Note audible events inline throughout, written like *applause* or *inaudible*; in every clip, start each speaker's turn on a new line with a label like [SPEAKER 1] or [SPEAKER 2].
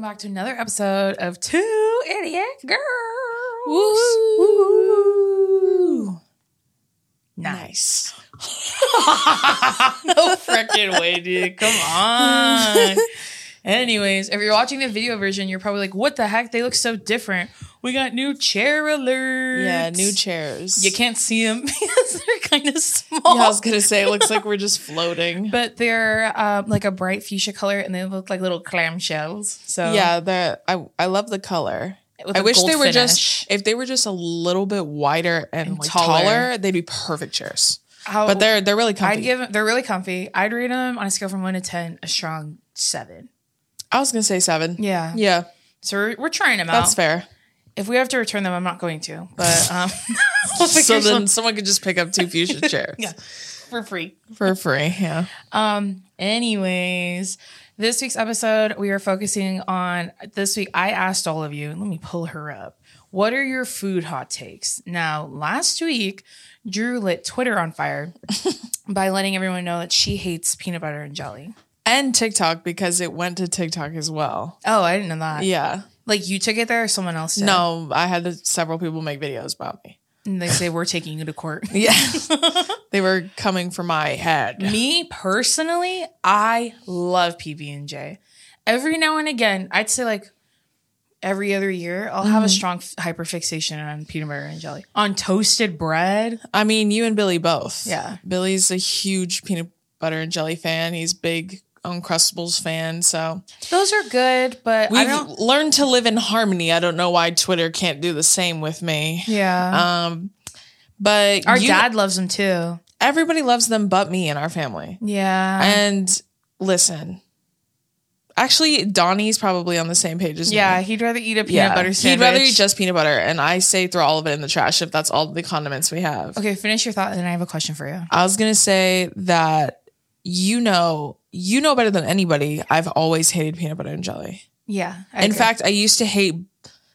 [SPEAKER 1] back to another episode of Two Idiot Girls.
[SPEAKER 2] Woo.
[SPEAKER 1] Woo. Nice. no freaking way, dude. Come
[SPEAKER 2] *laughs*
[SPEAKER 1] on. Anyways, if you're watching the video version, you're probably like, what the heck? They look so different. We got new chair alerts.
[SPEAKER 2] Yeah, new chairs.
[SPEAKER 1] You can't see them *laughs* because they're kind of small.
[SPEAKER 2] Yeah,
[SPEAKER 1] *laughs*
[SPEAKER 2] I was gonna say it looks like we're just floating.
[SPEAKER 1] but they're um, like a bright fuchsia color and they look like little clamshells. So
[SPEAKER 2] yeah, the I I love the color.
[SPEAKER 1] um, with
[SPEAKER 2] I
[SPEAKER 1] a
[SPEAKER 2] wish
[SPEAKER 1] gold
[SPEAKER 2] they were
[SPEAKER 1] finish.
[SPEAKER 2] just if they were just a little bit wider and,
[SPEAKER 1] And, like,
[SPEAKER 2] taller,
[SPEAKER 1] taller.
[SPEAKER 2] they'd be perfect chairs.
[SPEAKER 1] How-
[SPEAKER 2] But they're they're really comfy.
[SPEAKER 1] I'd give them, they're really comfy. I'd rate them on a scale from one to 10, a strong seven.
[SPEAKER 2] I was gonna say seven.
[SPEAKER 1] Yeah. Oh.
[SPEAKER 2] Yeah,
[SPEAKER 1] So we're, we're trying them out.
[SPEAKER 2] that's fair.
[SPEAKER 1] If we have to return them, I'm not going to,
[SPEAKER 2] *laughs*
[SPEAKER 1] but um, *laughs* we'll figure
[SPEAKER 2] So then
[SPEAKER 1] something
[SPEAKER 2] someone could just pick up
[SPEAKER 1] *laughs*
[SPEAKER 2] two fuchsia chairs
[SPEAKER 1] Yeah. for free.
[SPEAKER 2] for free. Yeah.
[SPEAKER 1] Um, anyways, this week's episode, we are focusing on this week. I asked all of you, let me pull her up. What are your food hot takes? Now, last week, Drew lit Twitter on
[SPEAKER 2] *laughs*
[SPEAKER 1] fire by letting everyone know that she hates peanut butter and jelly.
[SPEAKER 2] And TikTok because it went to TikTok as well.
[SPEAKER 1] Oh, I didn't know that.
[SPEAKER 2] Yeah.
[SPEAKER 1] Like you took it there or someone else did?
[SPEAKER 2] No, I had several people make videos about me.
[SPEAKER 1] And they say we're taking you to *laughs* court.
[SPEAKER 2] Yeah. they were coming for my head.
[SPEAKER 1] Me personally, I love PB and J. Every now and again, I'd say like every other year, I'll have a strong f- hyperfixation on peanut butter and jelly, on toasted bread.
[SPEAKER 2] I mean, you and Billy both.
[SPEAKER 1] Yeah.
[SPEAKER 2] Billy's a huge peanut butter and jelly fan. He's big Uncrustables fan. So
[SPEAKER 1] Those are good, but I
[SPEAKER 2] we've
[SPEAKER 1] don't.
[SPEAKER 2] learned to live in harmony. I don't know why Twitter can't do the same with me.
[SPEAKER 1] Yeah,
[SPEAKER 2] Um, but
[SPEAKER 1] our
[SPEAKER 2] you-
[SPEAKER 1] dad loves them too.
[SPEAKER 2] everybody loves them but me in our family. Uh-huh.
[SPEAKER 1] Yeah,
[SPEAKER 2] And listen, actually, Donnie's probably on the same page as
[SPEAKER 1] yeah.
[SPEAKER 2] me.
[SPEAKER 1] He'd rather eat a peanut
[SPEAKER 2] Yeah.
[SPEAKER 1] butter sandwich.
[SPEAKER 2] He'd rather eat just peanut butter, and I say throw all of it in the trash if that's all the condiments we have.
[SPEAKER 1] Okay, finish your thought, and then I have a question for you.
[SPEAKER 2] I was gonna say that you know you know better than anybody. I've always hated peanut butter and jelly.
[SPEAKER 1] Yeah. I
[SPEAKER 2] in
[SPEAKER 1] agree.
[SPEAKER 2] fact, I used to hate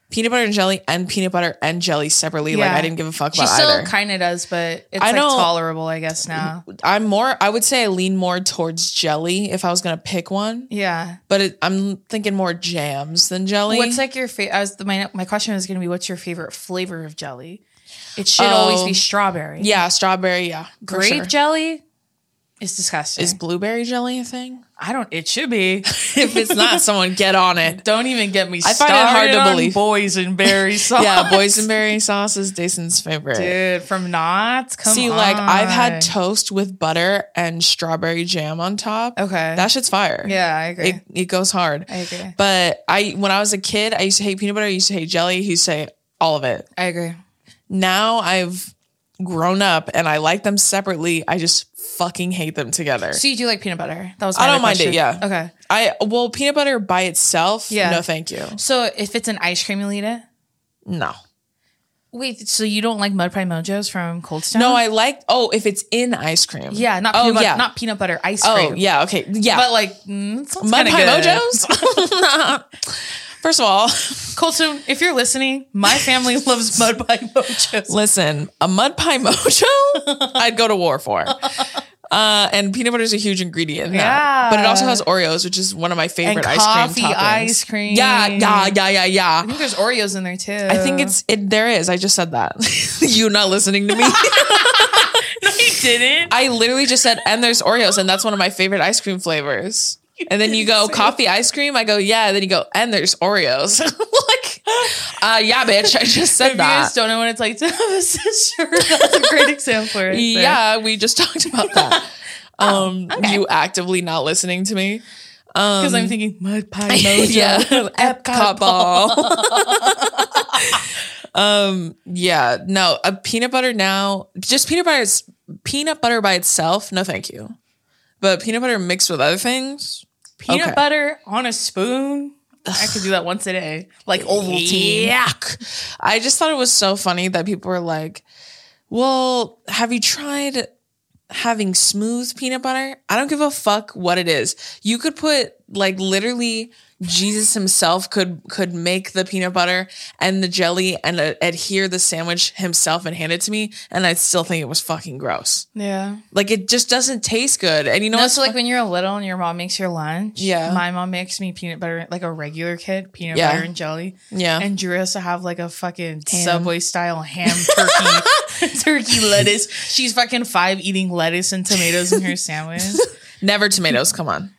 [SPEAKER 2] peanut butter and jelly and peanut butter and jelly separately. Like
[SPEAKER 1] Yeah.
[SPEAKER 2] I didn't give a fuck
[SPEAKER 1] she
[SPEAKER 2] about
[SPEAKER 1] still
[SPEAKER 2] either.
[SPEAKER 1] kind of does, but it's
[SPEAKER 2] I
[SPEAKER 1] like
[SPEAKER 2] don't-
[SPEAKER 1] tolerable, I guess now.
[SPEAKER 2] I'm more. I would say I lean more towards jelly if I was gonna pick one.
[SPEAKER 1] Yeah.
[SPEAKER 2] But it, I'm thinking more jams than jelly.
[SPEAKER 1] What's like your favorite? My my question was going to be, what's your favorite flavor of jelly? It should always
[SPEAKER 2] Oh.
[SPEAKER 1] be strawberry.
[SPEAKER 2] Yeah, strawberry. Yeah, for
[SPEAKER 1] grape
[SPEAKER 2] sure.
[SPEAKER 1] jelly is disgusting.
[SPEAKER 2] Is blueberry jelly a thing?
[SPEAKER 1] I don't. It should
[SPEAKER 2] *laughs*
[SPEAKER 1] be.
[SPEAKER 2] if it's not, someone get
[SPEAKER 1] *laughs*
[SPEAKER 2] on it.
[SPEAKER 1] don't even get me.
[SPEAKER 2] I find it hard to
[SPEAKER 1] started on
[SPEAKER 2] believe. *laughs*
[SPEAKER 1] Boysenberry sauce.
[SPEAKER 2] Yeah, boysenberry sauce is Jason's favorite.
[SPEAKER 1] dude, from Knott's. Come
[SPEAKER 2] See,
[SPEAKER 1] on.
[SPEAKER 2] like I've had toast with butter and strawberry jam on top.
[SPEAKER 1] okay.
[SPEAKER 2] That shit's fire.
[SPEAKER 1] yeah, I agree.
[SPEAKER 2] It, it goes hard.
[SPEAKER 1] I agree.
[SPEAKER 2] But I when I was a kid, I used to hate peanut butter, I used to hate jelly, I used to hate all of it.
[SPEAKER 1] I agree.
[SPEAKER 2] Now I've grown up and I like them separately. I just fucking hate them together.
[SPEAKER 1] So you do like peanut butter? That was. My
[SPEAKER 2] I
[SPEAKER 1] other
[SPEAKER 2] don't mind it,
[SPEAKER 1] question.
[SPEAKER 2] yeah.
[SPEAKER 1] Okay.
[SPEAKER 2] I well, peanut butter by itself,
[SPEAKER 1] Yeah.
[SPEAKER 2] no thank you.
[SPEAKER 1] So if it's an ice cream, you'll eat it.
[SPEAKER 2] No.
[SPEAKER 1] Wait. So you don't like Mud Pie Mojos from Cold Stone?
[SPEAKER 2] No, I like oh, if it's in ice cream.
[SPEAKER 1] Yeah, not
[SPEAKER 2] oh,
[SPEAKER 1] peanut butter,
[SPEAKER 2] yeah.
[SPEAKER 1] not peanut butter ice
[SPEAKER 2] oh,
[SPEAKER 1] cream.
[SPEAKER 2] yeah, okay. Yeah.
[SPEAKER 1] But like, mm, it sounds
[SPEAKER 2] Mud
[SPEAKER 1] kinda
[SPEAKER 2] Pie
[SPEAKER 1] good.
[SPEAKER 2] Mojos? *laughs*
[SPEAKER 1] *laughs*
[SPEAKER 2] First of all,
[SPEAKER 1] Colton, if you're listening, my *laughs* family loves Mud Pie Mojos.
[SPEAKER 2] Listen, a mud pie *laughs* mojo, I'd go to war for. Uh, and peanut butter is a huge ingredient. in that.
[SPEAKER 1] Yeah.
[SPEAKER 2] But it also has Oreos, which is one of my favorite
[SPEAKER 1] And
[SPEAKER 2] ice cream
[SPEAKER 1] coffee
[SPEAKER 2] toppings.
[SPEAKER 1] ice cream.
[SPEAKER 2] Yeah, yeah, yeah, yeah,
[SPEAKER 1] I
[SPEAKER 2] yeah.
[SPEAKER 1] think there's Oreos in there too.
[SPEAKER 2] I think it's it. There is. I just said that. *laughs* you not listening to me?
[SPEAKER 1] *laughs* no, *laughs* you didn't.
[SPEAKER 2] I literally just said, and there's Oreos, and that's one of my favorite ice cream flavors. And then you go coffee ice cream. I go yeah. Then you go and there's Oreos. *laughs* like, uh, yeah, bitch. I just
[SPEAKER 1] If
[SPEAKER 2] said
[SPEAKER 1] you
[SPEAKER 2] that.
[SPEAKER 1] guys don't know what it's like to have a sister, *laughs* that's a great example. Right there.
[SPEAKER 2] Yeah, we just *laughs*
[SPEAKER 1] *laughs*
[SPEAKER 2] talked about that.
[SPEAKER 1] Oh,
[SPEAKER 2] um, you actively not listening to me.
[SPEAKER 1] because I'm thinking Mud Pie *laughs* Mojo,
[SPEAKER 2] *laughs* Yeah.
[SPEAKER 1] Epcot
[SPEAKER 2] *laughs* Cut
[SPEAKER 1] ball.
[SPEAKER 2] ball.
[SPEAKER 1] *laughs*
[SPEAKER 2] um, yeah, no, a peanut butter now, just peanut butter is peanut butter by itself. No, thank you. But peanut butter mixed with other things.
[SPEAKER 1] peanut
[SPEAKER 2] Okay.
[SPEAKER 1] butter on a spoon. I could do that once a day, like Ovaltine.
[SPEAKER 2] Yuck. I just thought it was so funny that people were like, well, have you tried having smooth peanut butter. I don't give a fuck what it is. You could put like literally Jesus himself could could make the peanut butter and the jelly and uh, adhere the sandwich himself and hand it to me and I still think it was fucking gross.
[SPEAKER 1] Yeah.
[SPEAKER 2] Like it just doesn't taste good. And you know
[SPEAKER 1] No,
[SPEAKER 2] what's
[SPEAKER 1] so like when you're little and your mom makes your lunch.
[SPEAKER 2] Yeah.
[SPEAKER 1] My mom makes me peanut butter, like a regular kid, peanut
[SPEAKER 2] Yeah.
[SPEAKER 1] butter and jelly.
[SPEAKER 2] yeah.
[SPEAKER 1] And Drew has to have like a fucking
[SPEAKER 2] Ham.
[SPEAKER 1] Subway style ham
[SPEAKER 2] *laughs*
[SPEAKER 1] turkey, turkey lettuce. She's fucking five eating lettuce and tomatoes in her
[SPEAKER 2] *laughs*
[SPEAKER 1] sandwich.
[SPEAKER 2] Never tomatoes, come on.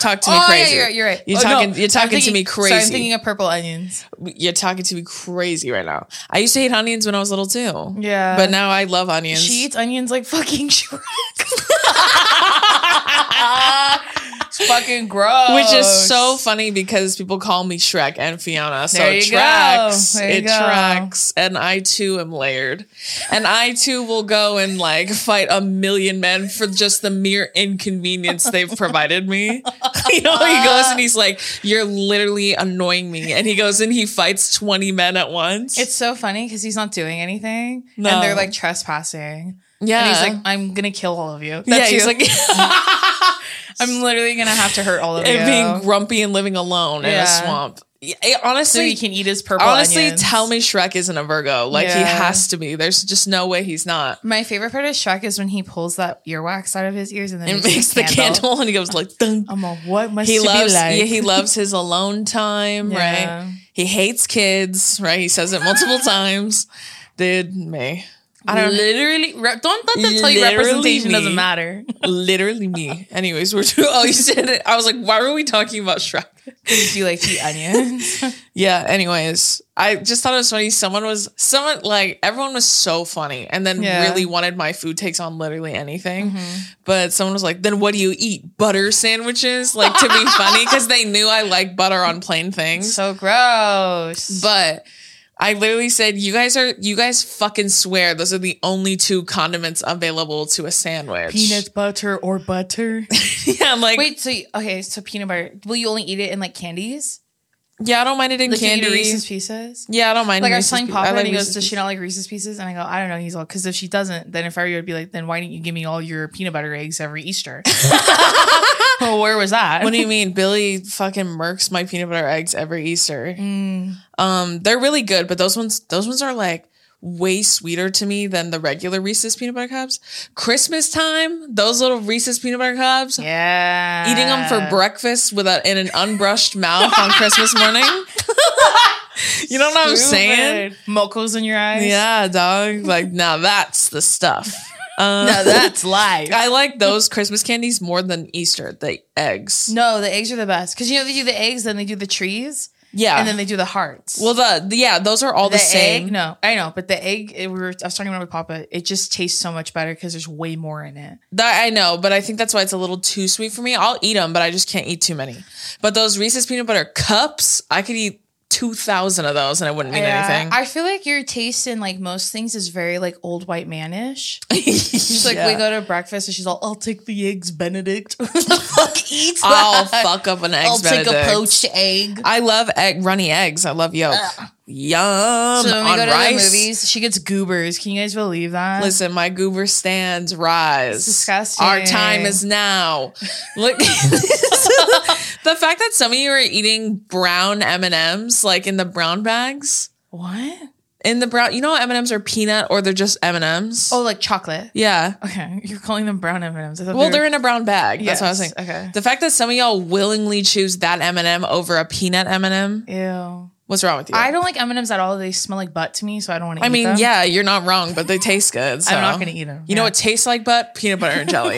[SPEAKER 2] Talk to me crazy.
[SPEAKER 1] Oh, you're right. You're right.
[SPEAKER 2] You're
[SPEAKER 1] Oh, no,
[SPEAKER 2] talking you're
[SPEAKER 1] I'm
[SPEAKER 2] talking to
[SPEAKER 1] thinking-
[SPEAKER 2] me crazy.
[SPEAKER 1] Sorry, I'm thinking of purple onions.
[SPEAKER 2] you're talking to me crazy right now. I used to hate onions when I was little too.
[SPEAKER 1] Yeah.
[SPEAKER 2] But now I love onions.
[SPEAKER 1] She eats onions like fucking *laughs*
[SPEAKER 2] *laughs*
[SPEAKER 1] Shrek. it's fucking gross.
[SPEAKER 2] which is so funny because people call me Shrek and Fiona. So
[SPEAKER 1] There
[SPEAKER 2] it
[SPEAKER 1] you go.
[SPEAKER 2] tracks.
[SPEAKER 1] There you
[SPEAKER 2] It
[SPEAKER 1] go.
[SPEAKER 2] tracks. And I too am layered. And I too will go and like fight a million men for just the mere inconvenience they've
[SPEAKER 1] *laughs*
[SPEAKER 2] provided me. *laughs* you know, he goes and he's like, You're literally annoying me. And he goes and he fights 20 men at once.
[SPEAKER 1] It's so funny because he's not doing anything,
[SPEAKER 2] No.
[SPEAKER 1] and they're like trespassing.
[SPEAKER 2] yeah.
[SPEAKER 1] And he's like, "I'm gonna kill all of you." That's
[SPEAKER 2] yeah, he's
[SPEAKER 1] you.
[SPEAKER 2] like *laughs*
[SPEAKER 1] *laughs* "I'm literally gonna have to hurt all of
[SPEAKER 2] and being
[SPEAKER 1] you."
[SPEAKER 2] grumpy and living alone in a
[SPEAKER 1] Yeah.
[SPEAKER 2] swamp. Yeah, it-
[SPEAKER 1] So
[SPEAKER 2] honestly,
[SPEAKER 1] you can eat his purple.
[SPEAKER 2] honestly
[SPEAKER 1] onions.
[SPEAKER 2] tell me shrek isn't a virgo like he
[SPEAKER 1] Yeah.
[SPEAKER 2] has to be there's just no way he's not
[SPEAKER 1] My favorite part of Shrek is when he pulls that earwax out of his ears and then
[SPEAKER 2] it makes the candle and he goes
[SPEAKER 1] *laughs*
[SPEAKER 2] like dun.
[SPEAKER 1] I'm like, what must
[SPEAKER 2] he
[SPEAKER 1] it be
[SPEAKER 2] loves
[SPEAKER 1] like?
[SPEAKER 2] yeah he loves
[SPEAKER 1] *laughs*
[SPEAKER 2] his alone time
[SPEAKER 1] Yeah.
[SPEAKER 2] right he hates kids right he says it
[SPEAKER 1] *laughs*
[SPEAKER 2] multiple times did me
[SPEAKER 1] I don't literally re- don't let them tell you
[SPEAKER 2] Literally
[SPEAKER 1] representation
[SPEAKER 2] me.
[SPEAKER 1] doesn't *laughs* matter.
[SPEAKER 2] literally me anyways we're *laughs* too oh you said it i was like why were we talking about shrek
[SPEAKER 1] Do you like to eat
[SPEAKER 2] *laughs*
[SPEAKER 1] onions?
[SPEAKER 2] Yeah, anyways, I just thought it was funny. Someone was someone like everyone was so funny and then
[SPEAKER 1] Yeah. Mm-hmm.
[SPEAKER 2] really wanted my food takes on literally anything. But someone was like, "Then what do you eat? Butter sandwiches?" Like to
[SPEAKER 1] *laughs*
[SPEAKER 2] be funny cuz they knew I like butter on plain things.
[SPEAKER 1] so gross.
[SPEAKER 2] But I literally said, "You guys are you guys fucking swear those are the only two condiments available to a sandwich."
[SPEAKER 1] peanut butter or butter.
[SPEAKER 2] *laughs* yeah, I'm like,
[SPEAKER 1] Wait, so you, okay, so peanut butter. Will you only eat it in like candies?
[SPEAKER 2] "Yeah, I don't mind it in
[SPEAKER 1] Like you eat
[SPEAKER 2] candy."
[SPEAKER 1] Reese's pieces.
[SPEAKER 2] yeah, I don't mind.
[SPEAKER 1] Like I was
[SPEAKER 2] Reese's
[SPEAKER 1] telling
[SPEAKER 2] Pie-
[SPEAKER 1] Papa,
[SPEAKER 2] like
[SPEAKER 1] and he goes,
[SPEAKER 2] Reese's
[SPEAKER 1] "Does she not like Reese's pieces?" And I go, "I don't know." He's all, "Because if she doesn't, then if I were you, I'd be like, then why didn't you give me all your peanut butter eggs every Easter?"
[SPEAKER 2] *laughs*
[SPEAKER 1] well, where was that?
[SPEAKER 2] What do you mean? Billy fucking murks my peanut butter eggs every Easter.
[SPEAKER 1] Mm,
[SPEAKER 2] Um, they're really good, but those ones, those ones are like way sweeter to me than the regular Reese's peanut butter cups. Christmas time, those little Reese's peanut butter
[SPEAKER 1] *laughs*
[SPEAKER 2] cups,
[SPEAKER 1] yeah,
[SPEAKER 2] eating them for breakfast with a, in an unbrushed mouth on Christmas
[SPEAKER 1] *laughs*
[SPEAKER 2] morning. you know what I'm saying?
[SPEAKER 1] Stupid. Mocos in your eyes.
[SPEAKER 2] Yeah, dog. Like now that's the stuff. Um,
[SPEAKER 1] no, that's life.
[SPEAKER 2] *laughs* I like those Christmas candies more than Easter. The eggs.
[SPEAKER 1] no, the eggs are the best because you know they do the eggs, then they do the trees,
[SPEAKER 2] yeah.
[SPEAKER 1] and then they do the hearts.
[SPEAKER 2] Ah. Well, the, the- yeah, those are all the,
[SPEAKER 1] the
[SPEAKER 2] same.
[SPEAKER 1] egg, no, I know, but the egg. It, we were, I was talking about it with Papa. It just tastes so much better because there's way more in it.
[SPEAKER 2] That I know, but I think that's why it's a little too sweet for me. I'll eat them, but I just can't eat too many. But those Reese's peanut butter cups, I could eat two thousand of those, and it wouldn't mean anything.
[SPEAKER 1] I feel like your taste in like most things is very like old white *laughs* manish.
[SPEAKER 2] *laughs* just
[SPEAKER 1] She's like, we go to breakfast, and she's all, "I'll take the eggs Benedict." *laughs* Fuck, eat *laughs*
[SPEAKER 2] *laughs* I'll
[SPEAKER 1] that.
[SPEAKER 2] fuck up an egg.
[SPEAKER 1] I'll
[SPEAKER 2] Benedict.
[SPEAKER 1] take a poached egg.
[SPEAKER 2] I love egg runny eggs. I love yolk. Yum
[SPEAKER 1] So when we
[SPEAKER 2] on
[SPEAKER 1] go to
[SPEAKER 2] rice.
[SPEAKER 1] the movies, she gets goobers. Can you guys believe that?
[SPEAKER 2] Listen, my goober stands rise.
[SPEAKER 1] disgusting.
[SPEAKER 2] Our time is now. Look, *laughs* the fact that some of you are eating brown M and M's, like in the brown bags.
[SPEAKER 1] What?
[SPEAKER 2] in the brown. You know, M and M's are peanut or they're just M and M's.
[SPEAKER 1] Oh, like chocolate.
[SPEAKER 2] yeah.
[SPEAKER 1] Okay, *laughs* you're calling them brown M&Ms. I thought
[SPEAKER 2] Well,
[SPEAKER 1] they
[SPEAKER 2] they're
[SPEAKER 1] were-
[SPEAKER 2] in a brown bag. That's what I was
[SPEAKER 1] Yes,
[SPEAKER 2] saying.
[SPEAKER 1] okay.
[SPEAKER 2] The fact that some of y'all willingly choose that M and m over a peanut M and m
[SPEAKER 1] Ew.
[SPEAKER 2] What's wrong with you?
[SPEAKER 1] I don't like M&Ms at all. They smell like butt to me, so I don't want to
[SPEAKER 2] I
[SPEAKER 1] eat
[SPEAKER 2] mean,
[SPEAKER 1] them.
[SPEAKER 2] yeah, you're not wrong, but they taste good. so.
[SPEAKER 1] I'm not going to eat them.
[SPEAKER 2] You know what tastes like butt? Peanut butter and jelly.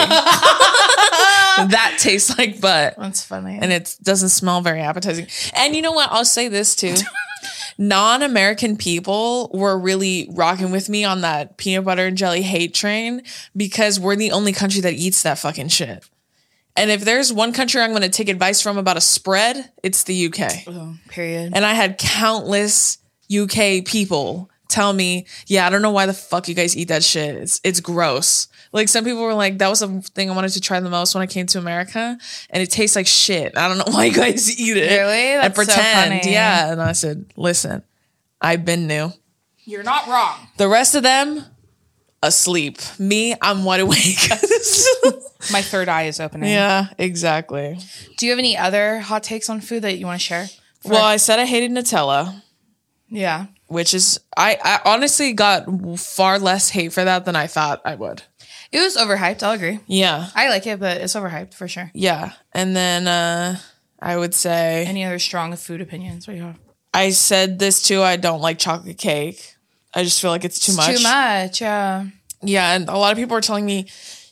[SPEAKER 2] that tastes like butt.
[SPEAKER 1] That's funny.
[SPEAKER 2] and it doesn't smell very appetizing. And you know what? I'll say this too. Non American people were really rocking with me on that peanut butter and jelly hate train because we're the only country that eats that fucking shit. And if there's one country I'm going to take advice from about a spread, it's the UK.
[SPEAKER 1] Oh, period.
[SPEAKER 2] And I had countless UK people tell me, "Yeah, I don't know why the fuck you guys eat that shit. It's it's gross." Like some people were like, "That was the thing I wanted to try the most when I came to America, and it tastes like shit. I don't know *laughs* why you guys eat it."
[SPEAKER 1] Really?
[SPEAKER 2] and
[SPEAKER 1] That's so
[SPEAKER 2] pretend,
[SPEAKER 1] funny.
[SPEAKER 2] yeah. And I said, "Listen, I've been new.
[SPEAKER 1] You're not wrong.
[SPEAKER 2] The rest of them." asleep. Me, I'm wide
[SPEAKER 1] *laughs*
[SPEAKER 2] *laughs* awake.
[SPEAKER 1] My third eye is opening.
[SPEAKER 2] yeah, exactly.
[SPEAKER 1] Do you have any other hot takes on food that you want to share?
[SPEAKER 2] Well, I said I hated Nutella,
[SPEAKER 1] Yeah.
[SPEAKER 2] which is I, I honestly got far less hate for that than I thought I would.
[SPEAKER 1] It was overhyped. I'll agree.
[SPEAKER 2] Yeah.
[SPEAKER 1] I like it, but it's overhyped for sure.
[SPEAKER 2] Yeah. And then uh I would say
[SPEAKER 1] Any other strong food opinions? What do you have?
[SPEAKER 2] I said this too, I don't like chocolate cake. I just feel like it's too much.
[SPEAKER 1] Too much. Yeah.
[SPEAKER 2] Yeah, and a lot of people are telling me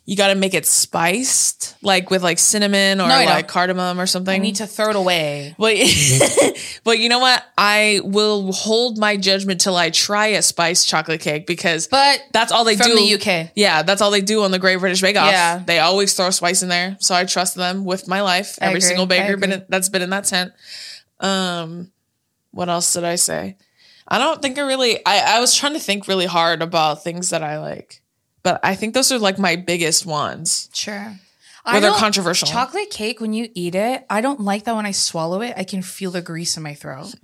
[SPEAKER 2] you got to make it spiced, like with like cinnamon or
[SPEAKER 1] No, I
[SPEAKER 2] like
[SPEAKER 1] don't.
[SPEAKER 2] cardamom or something.
[SPEAKER 1] I need to throw it away.
[SPEAKER 2] But *laughs* but you know what? I will hold my judgment till I try a spiced chocolate cake because
[SPEAKER 1] But
[SPEAKER 2] that's all they
[SPEAKER 1] from
[SPEAKER 2] do
[SPEAKER 1] the UK.
[SPEAKER 2] Yeah, that's all they do on the Great British Bake Off.
[SPEAKER 1] Yeah.
[SPEAKER 2] they always throw spice in there, so I trust them with my life.
[SPEAKER 1] I
[SPEAKER 2] Every
[SPEAKER 1] agree,
[SPEAKER 2] single
[SPEAKER 1] I
[SPEAKER 2] baker been
[SPEAKER 1] agree.
[SPEAKER 2] in, that's been in that tent. Um, what else did I say? I don't think I really. I I was trying to think really hard about things that I like, but I think those are like my biggest ones.
[SPEAKER 1] Sure.
[SPEAKER 2] Or
[SPEAKER 1] I
[SPEAKER 2] they're
[SPEAKER 1] don't-
[SPEAKER 2] controversial.
[SPEAKER 1] Chocolate cake, when you eat it, I don't like that when I swallow it. I can feel the grease in my *laughs* throat.